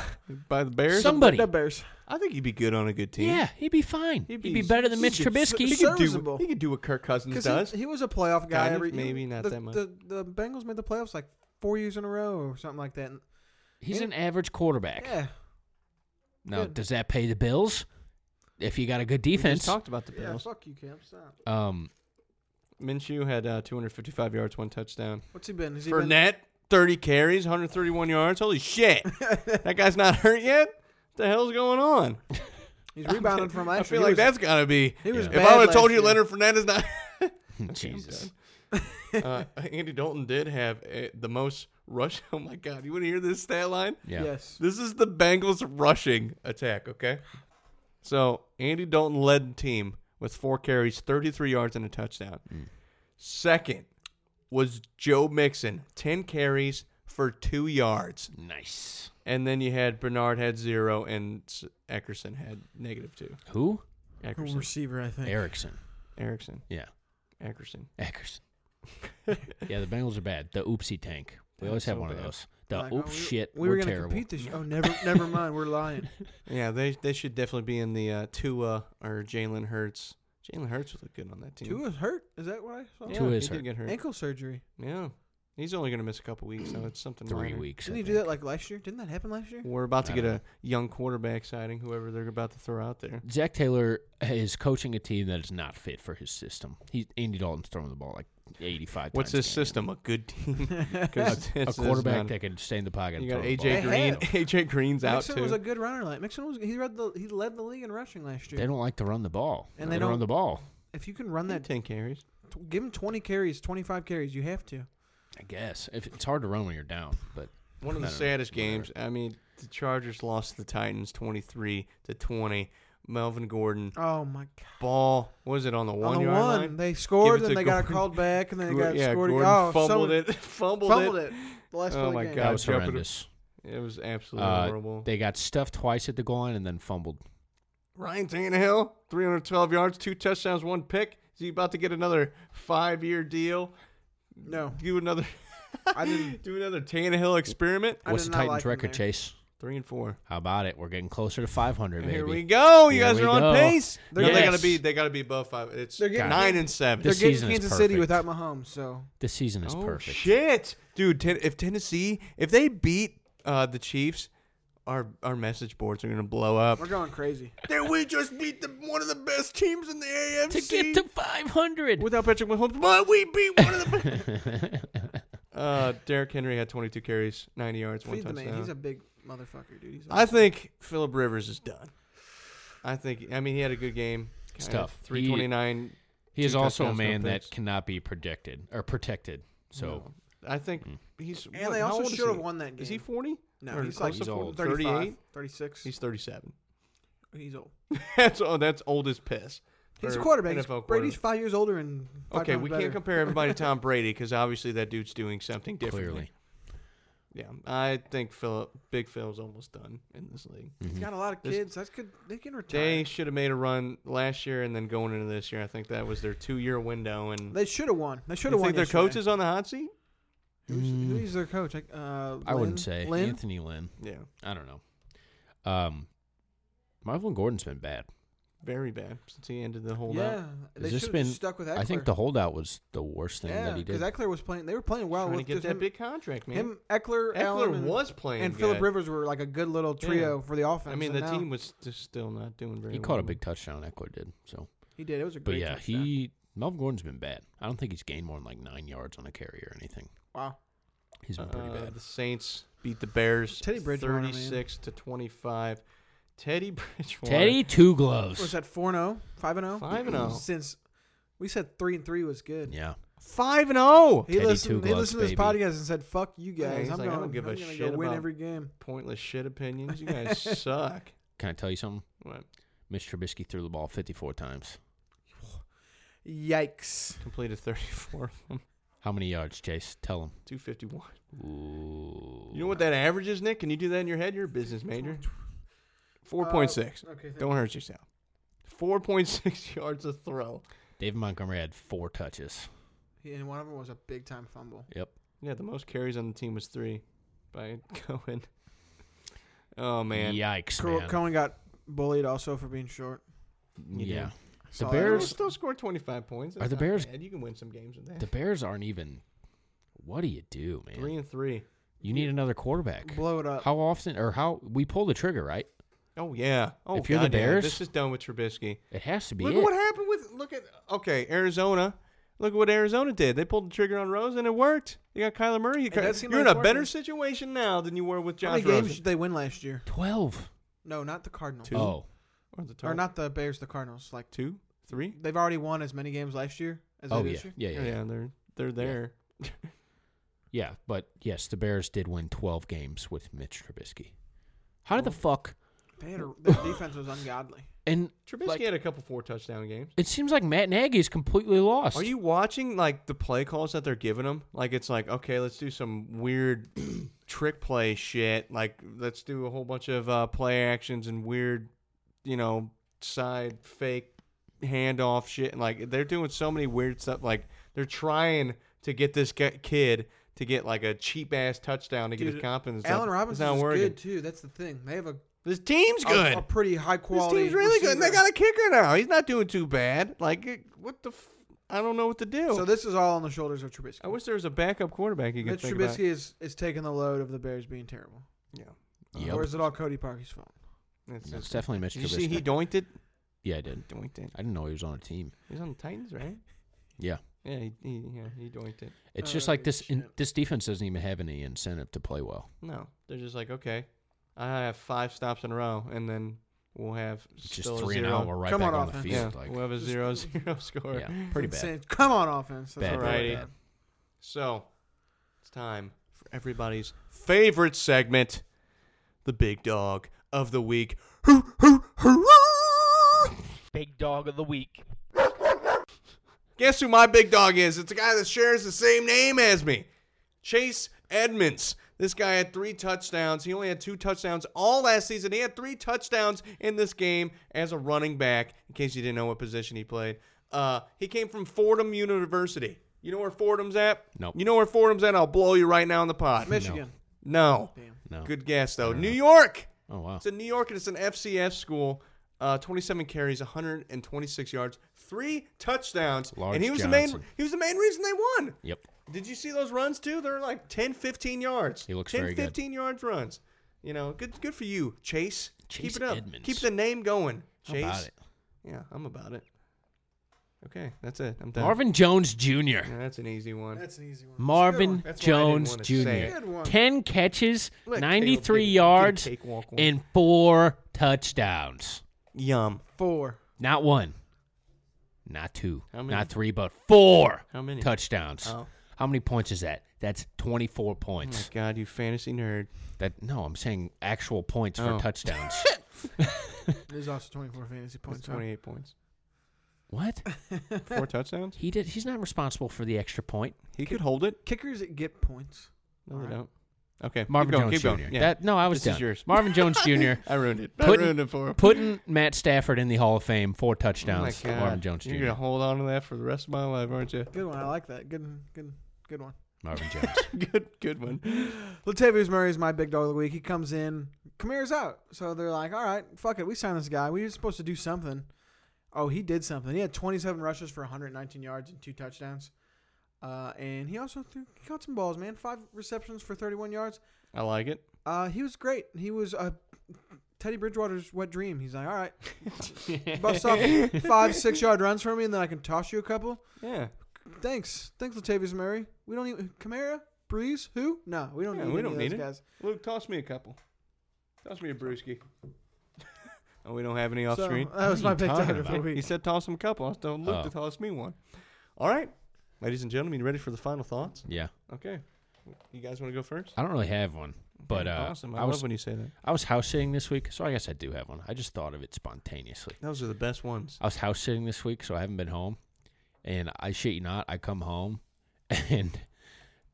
S1: by the Bears.
S2: Somebody.
S3: the Bears.
S1: I think he'd be good on a good team.
S2: Yeah, he'd be fine. He'd
S1: He'd
S2: be,
S1: be
S2: better than Mitch
S1: he could-
S2: Trubisky.
S1: He could, do,
S3: Serviceable.
S1: he could do what Kirk Cousins does.
S3: Because he, he was a playoff guy.
S1: Kind of,
S3: every,
S1: maybe not
S3: the,
S1: that much.
S3: The, the Bengals made the playoffs like four years in a row or something like that. And-
S2: He's an average quarterback.
S3: Yeah,
S2: Now,
S3: Good.
S2: does that pay the bills? If you got a good
S1: We just
S2: defense,
S1: talked about the
S3: yeah.
S1: Bills.
S3: Fuck you, Cam. Stop.
S1: [laughs]
S2: um,
S1: Minshew had uh, 255 yards, one touchdown.
S3: What's he been? Has he been?
S1: Fournette, 30 carries, 131 yards. Holy shit. that guy's not hurt yet? What the hell's going on?
S3: [laughs] He's rebounded from
S1: [laughs]
S3: last
S1: I feel
S3: year.
S1: like
S3: He was-
S1: that's got to be.
S3: he was
S1: if
S3: bad
S1: I would have told
S3: last
S1: you
S3: year.
S1: Leonard Fournette is
S3: [laughs]
S1: not.
S2: Jesus,
S1: uh, Andy Dalton did have uh the most rush. [laughs] Oh my God. You want to hear this stat line?
S2: yeah,
S3: Yes.
S1: This is the Bengals rushing attack, okay? So Andy Dalton led the team with four carries, 33 yards, and a touchdown.
S3: Hmm.
S1: Second was Joe Mixon, 10 carries for two yards.
S2: nice.
S1: And then you had Bernard had zero, and S- Eckerson had negative two.
S2: Who?
S1: Eckerson.
S3: Receiver, I think.
S2: Erickson.
S1: Erickson.
S2: Yeah,
S1: Eckerson.
S3: [laughs]
S2: Eckerson. yeah, the Bengals are bad. The oopsie tank. We always have
S1: so
S2: one of
S1: bad.
S2: those. The
S3: Like, oh,
S2: oop
S3: we-
S2: shit.
S3: We
S2: are
S3: were gonna
S2: terrible. [laughs]
S3: compete this year. Oh, never, never mind.
S1: [laughs]
S3: We're lying.
S1: Yeah, they they should definitely be in the uh, Tua or Jalen Hurts. Jalen Hurts would look good on that team.
S3: Two is hurt. Is that what I saw?
S1: Yeah,
S2: Tua is
S1: he did
S2: hurt.
S1: get hurt.
S3: Ankle surgery.
S1: Yeah. He's only going to miss a couple weeks, so it's something.
S2: Three
S1: minor.
S2: weeks.
S3: Didn't
S2: I
S3: he do
S2: think.
S3: that like last year? Didn't that happen last year?
S1: We're about to
S2: I
S1: get
S2: don't
S1: a young quarterback signing, whoever they're about to throw out there.
S2: Zach Taylor is coaching a team that is not fit for his system. He Andy Dalton's throwing the ball like eighty-five.
S1: What's
S2: times
S1: this
S2: a game.
S1: system? A good team. [laughs]
S2: [laughs]
S1: 'Cause
S2: A, a
S1: it's- it's
S2: quarterback
S1: not-
S2: that can stay in the pocket.
S1: You
S2: and
S1: got
S2: throw the
S1: AJ
S2: ball.
S3: They
S1: Green. [laughs]
S3: had-
S1: AJ Green's out
S3: Mixon
S1: too.
S3: was a good runner. Like Mixon was, he read the he led the league in rushing last year.
S2: They don't like to run the ball.
S3: And
S2: they
S3: they
S2: don't run the
S3: don't-
S2: ball.
S3: if you can run
S1: He had
S3: that,
S1: ten carries.
S3: t- give him twenty carries, twenty five carries. You have to.
S2: I guess if it's hard to run when you're down, but
S1: One of the
S2: I don't know,
S1: saddest
S2: whatever.
S1: games. I mean, the Chargers lost to the Titans twenty-three to twenty. Melvin Gordon
S3: Oh my god!
S1: ball what was it on the one
S3: On the
S1: yard
S3: one,
S1: line?
S3: they
S1: Give
S3: scored,
S1: it
S3: and
S1: to
S3: they got
S1: Gordon.
S3: it called back, and then they
S1: Gor-
S3: got
S1: yeah,
S3: scored.
S1: Gordon
S3: oh,
S1: fumbled
S3: someone-
S1: it. [laughs] fumbled,
S3: Fumbled
S1: it.
S3: it. The
S1: Oh
S3: last play of the
S1: my
S3: game.
S1: God,
S2: that was
S1: Jeopardy-
S2: horrendous.
S1: It was absolutely
S2: Uh,
S1: horrible.
S2: they got stuffed twice at the goal and then fumbled.
S1: Ryan Tannehill, 312 yards, two touchdowns, one pick. Is he about to get another five-year deal?
S3: No,
S1: Do another.
S3: [laughs] I
S1: [laughs]
S3: didn't.
S1: do another Tannehill experiment.
S3: I
S2: What's
S3: did
S2: the
S3: not
S2: Titans
S3: like him
S2: record,
S3: there.
S2: Chase?
S1: Three and four.
S2: How about it? We're getting closer to 500, baby.
S1: Here we go. You
S2: Here
S1: guys
S2: we
S1: are on
S2: go.
S1: pace.
S2: They're
S1: No, they
S2: getting-
S1: gotta be. They gotta be above five. It's
S3: They're getting-
S1: nine and seven.
S3: They're
S2: This
S3: getting
S2: season is
S3: Kansas City
S2: perfect.
S3: without Mahomes, so
S2: This season is
S1: oh
S2: perfect.
S1: shit, dude! Ten, if Tennessee, if they beat uh, the Chiefs, our our message boards are gonna blow up.
S3: we're going crazy.
S1: Then we just beat the, one of the best teams in the AFC
S2: To get to 500.
S1: without Patrick Mahomes, but we beat one of the. best.
S2: [laughs]
S1: [laughs] uh, Derrick Henry had 22 carries, 90 yards, one
S3: Feed the
S1: touchdown.
S3: man. He's a big motherfucker, dude. He's a-
S1: I think Philip Rivers is done. I think. I mean, he had a good game.
S2: It's
S1: Kind of
S2: tough. He-
S1: 329.
S2: he is
S1: two
S2: also a
S1: touchdowns, no
S2: man that
S1: picks.
S2: cannot be predicted or protected. So
S1: I think
S2: Mm.
S1: he's.
S3: And
S1: what,
S3: they
S1: how
S3: also
S1: old is
S3: should have
S1: he?
S3: won that
S1: Is he
S3: game.
S1: 40?
S3: no,
S1: Or
S3: he's
S1: close
S3: like
S1: to
S2: he's
S3: 35,
S1: 40?
S2: old.
S1: 38.
S3: 36.
S1: He's 37.
S3: he's old.
S1: [laughs] that's oh, that's old as piss.
S3: He's
S1: for
S3: a quarterback. He's-
S1: NFL
S3: Brady's
S1: quarterback.
S3: five years older and five
S1: Okay,
S3: times
S1: we
S3: better.
S1: can't compare everybody
S3: [laughs]
S1: to Tom Brady because obviously that dude's doing something differently.
S2: clearly.
S1: Yeah, I think Phil, Big Phil's almost done in this league.
S2: Mm-hmm.
S3: He's got a lot of
S1: This-
S3: kids. That's good. They can retire.
S1: They should have made a run last year and then going into this year. I think that was their two-year window. And
S3: They should have won. They should
S1: you
S3: have won.
S1: think their
S3: yesterday.
S1: coach is on the hot seat?
S3: Who's, who's their coach? Like, Uh,
S2: Mm, I
S3: Lynn?
S2: wouldn't say
S3: Lynn.
S2: Anthony Lynn.
S1: Yeah,
S2: I don't know. Um, Marvin Gordon's been bad.
S1: very bad since he ended the holdout.
S3: yeah,
S2: Has
S3: they
S2: this
S3: should
S2: been?
S3: have stuck with Eckler.
S2: I think the holdout was the worst thing
S3: yeah,
S2: that he did.
S3: Eckler was playing. They were playing well
S1: trying to
S3: with
S1: get
S3: just
S1: that
S3: him,
S1: big contract, man.
S3: him, Eckler,
S1: Eckler
S3: Allen, and-
S1: was playing
S3: and Philip
S1: good.
S3: Rivers were like a good little
S1: Yeah.
S3: trio for the offense.
S1: I mean,
S3: and
S1: the
S3: now-
S1: team was just still not doing very.
S2: he
S1: well.
S2: caught a big touchdown. Eckler did. So,
S3: He did. It was a
S2: but
S3: great.
S2: yeah,
S3: touchdown.
S2: he Melvin Gordon's been bad. I don't think he's gained more than like nine yards on a carry or anything.
S3: Wow.
S2: He's been pretty
S1: Uh,
S2: bad.
S1: The Saints beat the Bears
S3: Teddy Bridgewater, man.
S1: 36 to 25. Teddy [laughs] Bridgewater.
S2: Teddy Two
S3: What was
S2: Gloves.
S3: that four and zero, five and zero,
S1: 5 and oh. 0.
S3: [clears throat] Since we said three and three was good.
S2: Yeah,
S1: 5 and oh! 0.
S3: He
S2: Teddy Two
S3: listened. he
S2: Gloves,
S3: listened to this
S2: baby.
S3: podcast and said, "Fuck you
S1: Yeah,
S3: guys.
S1: he's
S3: I'm
S1: like, I
S3: going.
S1: don't give a
S3: I'm gonna go
S1: shit
S3: win
S1: about-
S3: every game."
S1: Pointless shit opinions. You
S2: [laughs]
S1: guys suck.
S2: can I tell you something?
S1: What?
S2: Mitch Trubisky threw the ball 54 times.
S3: Yikes!
S1: Completed 34 of them.
S2: How many yards, Chase? Tell him.
S1: 251.
S2: Ooh.
S1: You know what that average is, Nick? Can you do that in your head? You're a business major.
S3: Uh,
S1: 4.6.
S3: okay, thank
S1: Don't hurt yourself. [laughs] 4.6 yards a throw.
S2: David Montgomery had four touches.
S3: He- And one of them was a big time fumble.
S2: Yep.
S1: Yeah, the most carries on the team was three by [laughs] Cohen. Oh, man.
S2: Yikes,
S3: Co-
S2: man.
S3: Cohen got bullied also for being short.
S1: You
S2: yeah.
S1: did.
S2: The
S3: Saw that.
S1: Bears
S2: Bears
S1: still scored 25 points.
S2: Are
S1: That's
S2: the
S1: not
S2: Bears-
S1: bad. You can win some games with that.
S2: the Bears aren't even What do you do, man?
S1: Three and three.
S2: you need another quarterback.
S3: Blow it up.
S2: How often or how we pull the trigger, right?
S1: Oh yeah. Oh,
S2: If you're the
S1: God, yeah.
S2: Bears-
S1: this is done with Trubisky.
S2: It has to be
S1: Look
S2: it.
S1: at what happened with. Look at. Okay, Arizona. Look at what Arizona did. They pulled the trigger on Rose, and it worked. You got Kyler Murray. You
S3: It
S1: got-
S3: does seem
S1: you're
S3: like
S1: in a
S3: it's
S1: better
S3: working.
S1: situation now than you were with
S3: How
S1: Josh
S3: many games
S1: Rosen.
S3: did they win last year?
S2: 12.
S3: No, not the Cardinals.
S1: Two.
S2: Oh.
S1: Or, the
S3: Or
S1: Tar-
S3: not the Bears, the Cardinals. Like
S1: two, three.
S3: they've already won as many games last year as
S2: Oh
S3: they
S2: yeah.
S3: did this year.
S2: Yeah, yeah.
S1: Yeah,
S2: Yeah.
S1: they're they're there.
S2: Yeah, but yes, the Bears did win 12 games with Mitch Trubisky. How did the fuck
S3: They had a, [laughs] their defense was ungodly.
S2: and
S1: Trubisky
S2: like,
S1: had a couple four touchdown games.
S2: it seems like Matt Nagy is completely lost.
S1: Are you watching like the play calls that they're giving them? Like it's like okay, let's do some
S3: [clears throat]
S1: weird trick play shit. Like let's do a whole bunch of uh, play actions and weird, you know, side fake handoff shit. And like they're doing so many weird stuff. Like they're trying to get this ki- kid to get like a cheap ass touchdown to get his
S3: Dude,
S1: confidence. up.
S3: Allen
S1: It's
S3: Robinson
S1: not
S3: is
S1: working.
S3: good too. That's the thing. They have a,
S1: This team's
S3: a-
S1: good.
S3: a pretty high
S1: this
S3: quality.
S1: team's really good. And they
S3: receiver.
S1: got a kicker now. He's not doing too bad. Like it- what the. F- I don't know what to do.
S3: So this is all on the shoulders of Trubisky.
S1: I wish there was a backup quarterback you could
S3: Mitch
S1: think
S3: Trubisky
S1: about.
S3: is is taking the load of the Bears being terrible.
S1: Yeah.
S2: Yep.
S3: Or is it all Cody Parkey's fault?
S1: It's
S2: No, it's
S1: just-
S2: definitely Mitch
S1: Did you see
S2: Trubisky.
S1: he doinked it?
S2: Yeah, I did.
S1: Doinked it.
S2: I didn't know he was on a team.
S1: He's on the Titans, right?
S2: Yeah.
S1: Yeah, he, he, yeah, he doinked it.
S2: It's just like
S3: Oh,
S2: this. In,
S3: shit.
S2: this defense doesn't even have any incentive to play well.
S1: No, they're just like, okay, I have five stops in a row, and then we'll have
S2: It's
S1: still
S2: just
S1: a
S2: three and
S1: zero.
S2: out. We're right
S3: Come
S2: back
S3: on,
S2: on, the
S3: offense.
S1: Yeah,
S2: field. Like,
S1: we'll have a
S3: Just-
S1: zero [laughs] zero score.
S2: yeah, pretty bad.
S3: Insane. Come on, offense. That's
S2: Bad,
S3: all
S2: bad,
S3: right.
S1: Alrighty. bad. So it's time for everybody's favorite segment, the big dog of the week. Hoo, hoo, hoorah!
S6: Big dog of the week.
S1: Guess who my big dog is? It's a guy that shares the same name as me. Chase Edmonds. This guy had three touchdowns. He only had two touchdowns all last season. He had three touchdowns in this game as a running back, in case you didn't know what position he played. Uh, he came from Fordham University. You know where Fordham's at?
S2: Nope.
S1: You know where Fordham's at? I'll blow you right now in the pod.
S3: Michigan.
S1: No.
S2: No.
S1: Good guess, though. New York.
S2: Oh wow.
S1: It's in New York, and it's an FCS school. Uh, 27 carries, 126 yards, three touchdowns,
S2: Lawrence
S1: and he was the main.
S2: Johnson.
S1: He was the main reason they won.
S2: Yep.
S1: Did you see those runs too? They're like 10, 15 yards.
S2: He looks
S1: 10,
S2: very good.
S1: 15 yards runs. You know, good, good for you, Chase.
S2: Chase
S1: Keep it up.
S2: Edmonds.
S1: Keep the name going,
S2: How
S1: Chase.
S2: about it?
S1: Yeah, I'm about it. Okay, that's it. I'm done.
S2: Marvin Jones Jr.
S1: Yeah, that's an easy one.
S3: That's an easy one.
S2: Marvin
S1: That's why I didn't
S2: Jones
S1: wanna say it.
S2: Jr.
S3: Good one.
S2: 10 catches,
S1: Let Caleb
S2: 93
S1: get a- get a
S2: yards,
S1: cakewalk one.
S2: and four touchdowns.
S1: Yum.
S3: Four.
S2: Not one, not two,
S1: How many?
S2: not three, but four
S1: How many?
S2: touchdowns.
S1: Oh.
S2: How many points is that? That's 24
S1: Oh my
S2: points.
S1: God, you fantasy nerd.
S2: that No, I'm saying actual points
S1: Oh. [laughs]
S2: for touchdowns.
S3: There's also 24
S1: That's
S3: fantasy points. huh? [laughs]
S1: 28 points.
S2: what?
S1: Four touchdowns.
S2: He did. He's not responsible for the extra point.
S1: He could hold it.
S3: Kickers get points.
S1: No,
S3: Alright.
S1: they don't. Okay,
S2: Marvin
S1: keep going,
S2: Jones
S1: keep going.
S2: Jr.
S1: Yeah.
S2: That, no, I was
S1: This is
S2: done.
S1: yours.
S2: Marvin Jones
S1: [laughs]
S2: Jr.
S1: I ruined it. I
S2: Putting-
S1: ruined it for him.
S2: putting Matt Stafford in the Hall of Fame, four
S1: Oh my
S2: touchdowns.
S1: God.
S2: Marvin Jones Jr.
S1: You're gonna hold on to that for the rest of my life, aren't you? [laughs]
S3: Good one. I like that. Good, good, good one.
S2: Marvin Jones.
S1: good, good one.
S3: Latavius Murray is my big dog of the week. He comes in. Kamara's out. So they're like, all right, fuck it. We signed this guy. We were supposed to do something. Oh, he did something. He had 27 rushes for 119 yards and two touchdowns. Uh, and he also threw, he caught some balls, man. Five receptions for 31 yards.
S1: I like it.
S3: Uh, he was great. He was uh, Teddy Bridgewater's wet dream. He's like, all
S2: [laughs]
S3: right,
S1: [laughs]
S3: bust off five, six yard runs for me, and then I can toss you a couple.
S1: Yeah,
S3: Thanks. Thanks, Latavius Murray. We don't even. Kamara? Breeze? Who? No, we don't
S1: Yeah,
S3: need
S1: we
S3: any
S1: don't
S3: of
S1: need
S3: those
S1: it.
S3: guys.
S1: Luke, toss me a couple. Toss me a brewski. [laughs] oh, we don't have any off screen.
S3: So, uh, that
S2: What are
S3: was my
S2: you
S3: big
S2: talking
S3: dog of the
S2: about?
S1: He
S3: week.
S1: said toss him a couple. I told Luke to
S2: Oh.
S1: toss me one. All right, ladies and gentlemen, you ready for the final thoughts?
S2: yeah.
S1: Okay, you guys want to go first?
S2: I don't really have one, but uh,
S1: awesome. I,
S2: I was
S1: love when you say that.
S2: I was house sitting this week, so I guess I do have one. I just thought of it spontaneously.
S1: Those are the best ones.
S2: I was house sitting this week, so I haven't been home. And I shit you not, I come home [laughs] and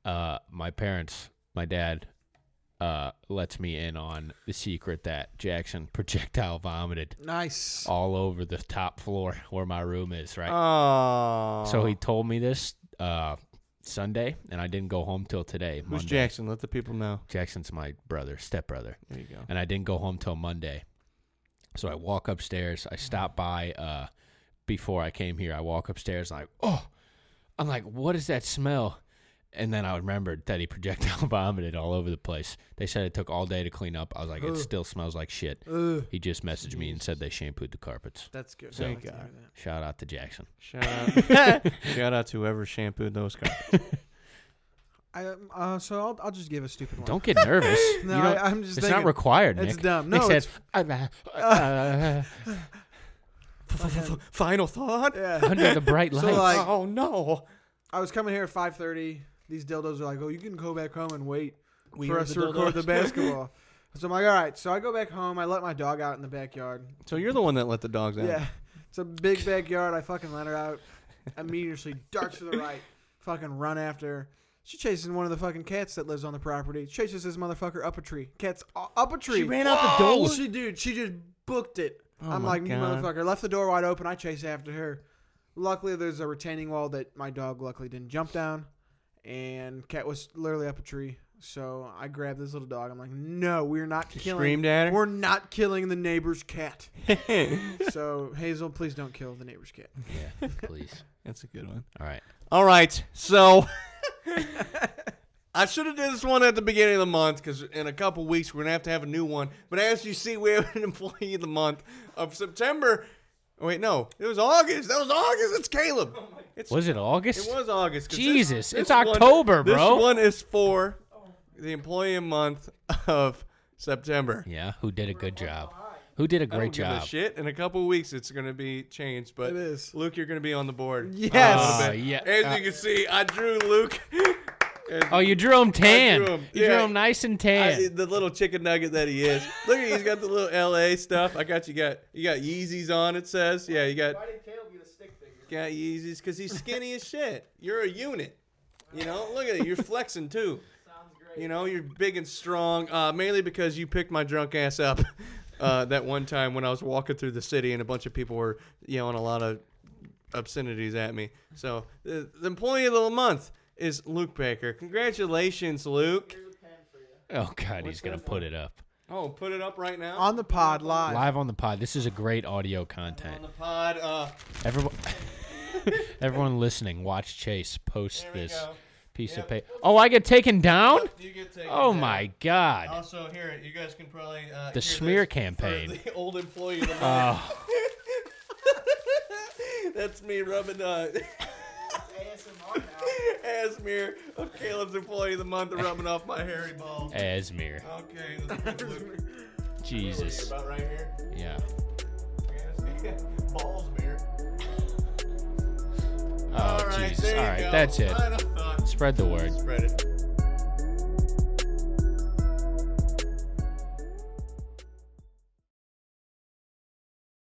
S2: uh, my parents, my dad, uh, lets me in on the secret that Jackson [laughs] projectile vomited
S3: Nice.
S2: all over the top floor where my room is, right?
S1: Oh.
S2: So he told me this uh, Sunday, and I didn't go home till today.
S1: Who's
S2: Monday.
S1: Jackson? Let the people know.
S2: Jackson's my brother, stepbrother.
S1: There you go.
S2: and I didn't go home till Monday. So I walk upstairs. I stop by uh, before I came here. I walk upstairs. Like, oh, I'm like, what is that smell? And then I remembered that he projectile [laughs] vomited all over the place. They said it took all day to clean up. I was like, it
S3: Ugh.
S2: still smells like shit.
S3: Ugh.
S2: He just messaged me and said they shampooed the carpets.
S3: That's good.
S2: So-
S3: I like to
S1: Thank
S3: hear
S1: God.
S3: that.
S2: Shout out to
S3: [laughs]
S2: Jackson.
S1: Shout out, [laughs] shout out to whoever shampooed those
S2: [laughs]
S1: carpets.
S3: I, um, uh, so I'll, I'll just give a stupid one.
S2: Don't get nervous. You
S3: [laughs] No,
S2: don't-
S3: I, am just
S2: it's
S3: thinking,
S2: not required.
S3: It's
S2: Nick.
S3: dumb.
S2: Nick
S3: No, [laughs]
S2: said,
S3: it's-
S2: "Uh, uh,
S1: Final thought.
S3: Yeah.
S2: under the bright
S3: So,
S2: lights.
S3: like-
S1: oh no!
S3: I was coming here at 5.30. These dildos are like, oh, you can go back home and wait
S1: We
S3: for
S1: are
S3: us
S1: the
S3: to record the
S1: dildos.
S3: basketball. so I'm like, all right. So I go back home. I let my dog out in the backyard.
S1: So you're the one that let the dogs out.
S3: Yeah. It's a big backyard. I fucking let her out. Immediately darts to the right. Fucking run after. her. She chases one of the fucking cats that lives on the property. Chases this motherfucker up a tree. Cat's u- up a tree.
S1: She ran out the door?
S3: She dude, she just booked it.
S1: Oh
S3: I'm
S1: my
S3: like,
S1: God.
S3: motherfucker, left the door wide open. I chase after her. Luckily, there's a retaining wall that my dog luckily didn't jump down, and cat was literally up a tree. So I grabbed this little dog. I'm like, no, we're not
S1: You
S3: killing.
S1: screamed at her?
S3: We're not killing the
S1: [laughs]
S3: neighbor's cat. so Hazel, please don't kill the neighbor's cat.
S2: Yeah, please.
S1: That's a good one.
S2: All right.
S1: All right,
S3: [laughs]
S1: so I should have did this one at the beginning of the month because in a couple weeks we're gonna have to have a new one. But as you see, we have an [laughs] employee of the month of September. Oh, wait, no, it was August. That was August. It's Caleb.
S3: Oh
S1: It's,
S2: Was it August?
S1: it was August. 'cause this-
S2: Jesus,
S1: this
S2: it's
S1: one-
S2: October, bro.
S1: This one is for the employee of the month of September.
S2: Yeah, who did a good job? Who did a
S1: I
S2: great
S1: don't give a
S2: job?
S1: shit. In a couple weeks, it's going to be changed. But
S3: It is.
S1: Luke, you're going to be on the board.
S3: Yes.
S1: A little
S2: Ah,
S1: bit.
S2: yeah.
S1: As
S2: Uh,
S1: you can see, I drew Luke. And
S2: Oh, you drew him tan.
S1: drew him.
S2: You drew
S1: Yeah.
S2: him nice and
S1: I-
S2: tan.
S1: the little chicken nugget that he is. Look at he's got the little L.A. stuff. I got you. Got you got Yeezys on. It says. Yeah, you got. Why did Caleb get a stick figure? Got Yeezys because he's skinny as shit. You're a unit. You know, look at it. You're flexing too. You know, you're big and strong, uh, mainly because you picked my drunk ass up [laughs] uh, that one time when I was walking through the city and a bunch of people were yelling a lot of obscenities at me. So the, the employee of the month is Luke Baker. Congratulations, Luke.
S2: oh God, he's gonna put it up
S1: Oh, put it up right now
S3: On the pod live.
S2: live on the pod. This is a great audio content.
S1: on the pod. Uh,
S2: Everyone, [laughs] everyone listening, watch Chase post
S1: we
S2: this
S1: go.
S2: piece of paper. Oh, I get taken down.
S1: you get taken
S2: Oh
S1: down.
S2: my God.
S1: Also, here you guys can probably uh, hear
S2: The smear
S1: this for
S2: campaign.
S1: The [laughs] old employee of the month.
S2: Oh,
S1: [laughs] That's me rubbing uh, [laughs] Asmir of Caleb's employee of the month rubbing off my hairy balls.
S2: Asmir.
S1: Okay, let's
S2: [laughs] Jesus.
S1: about right here. [laughs]
S2: Yeah.
S1: Balls mirror.
S2: Oh Jesus. All right, that's it.
S1: Final thoughts.
S2: Spread the word.
S1: Spread it.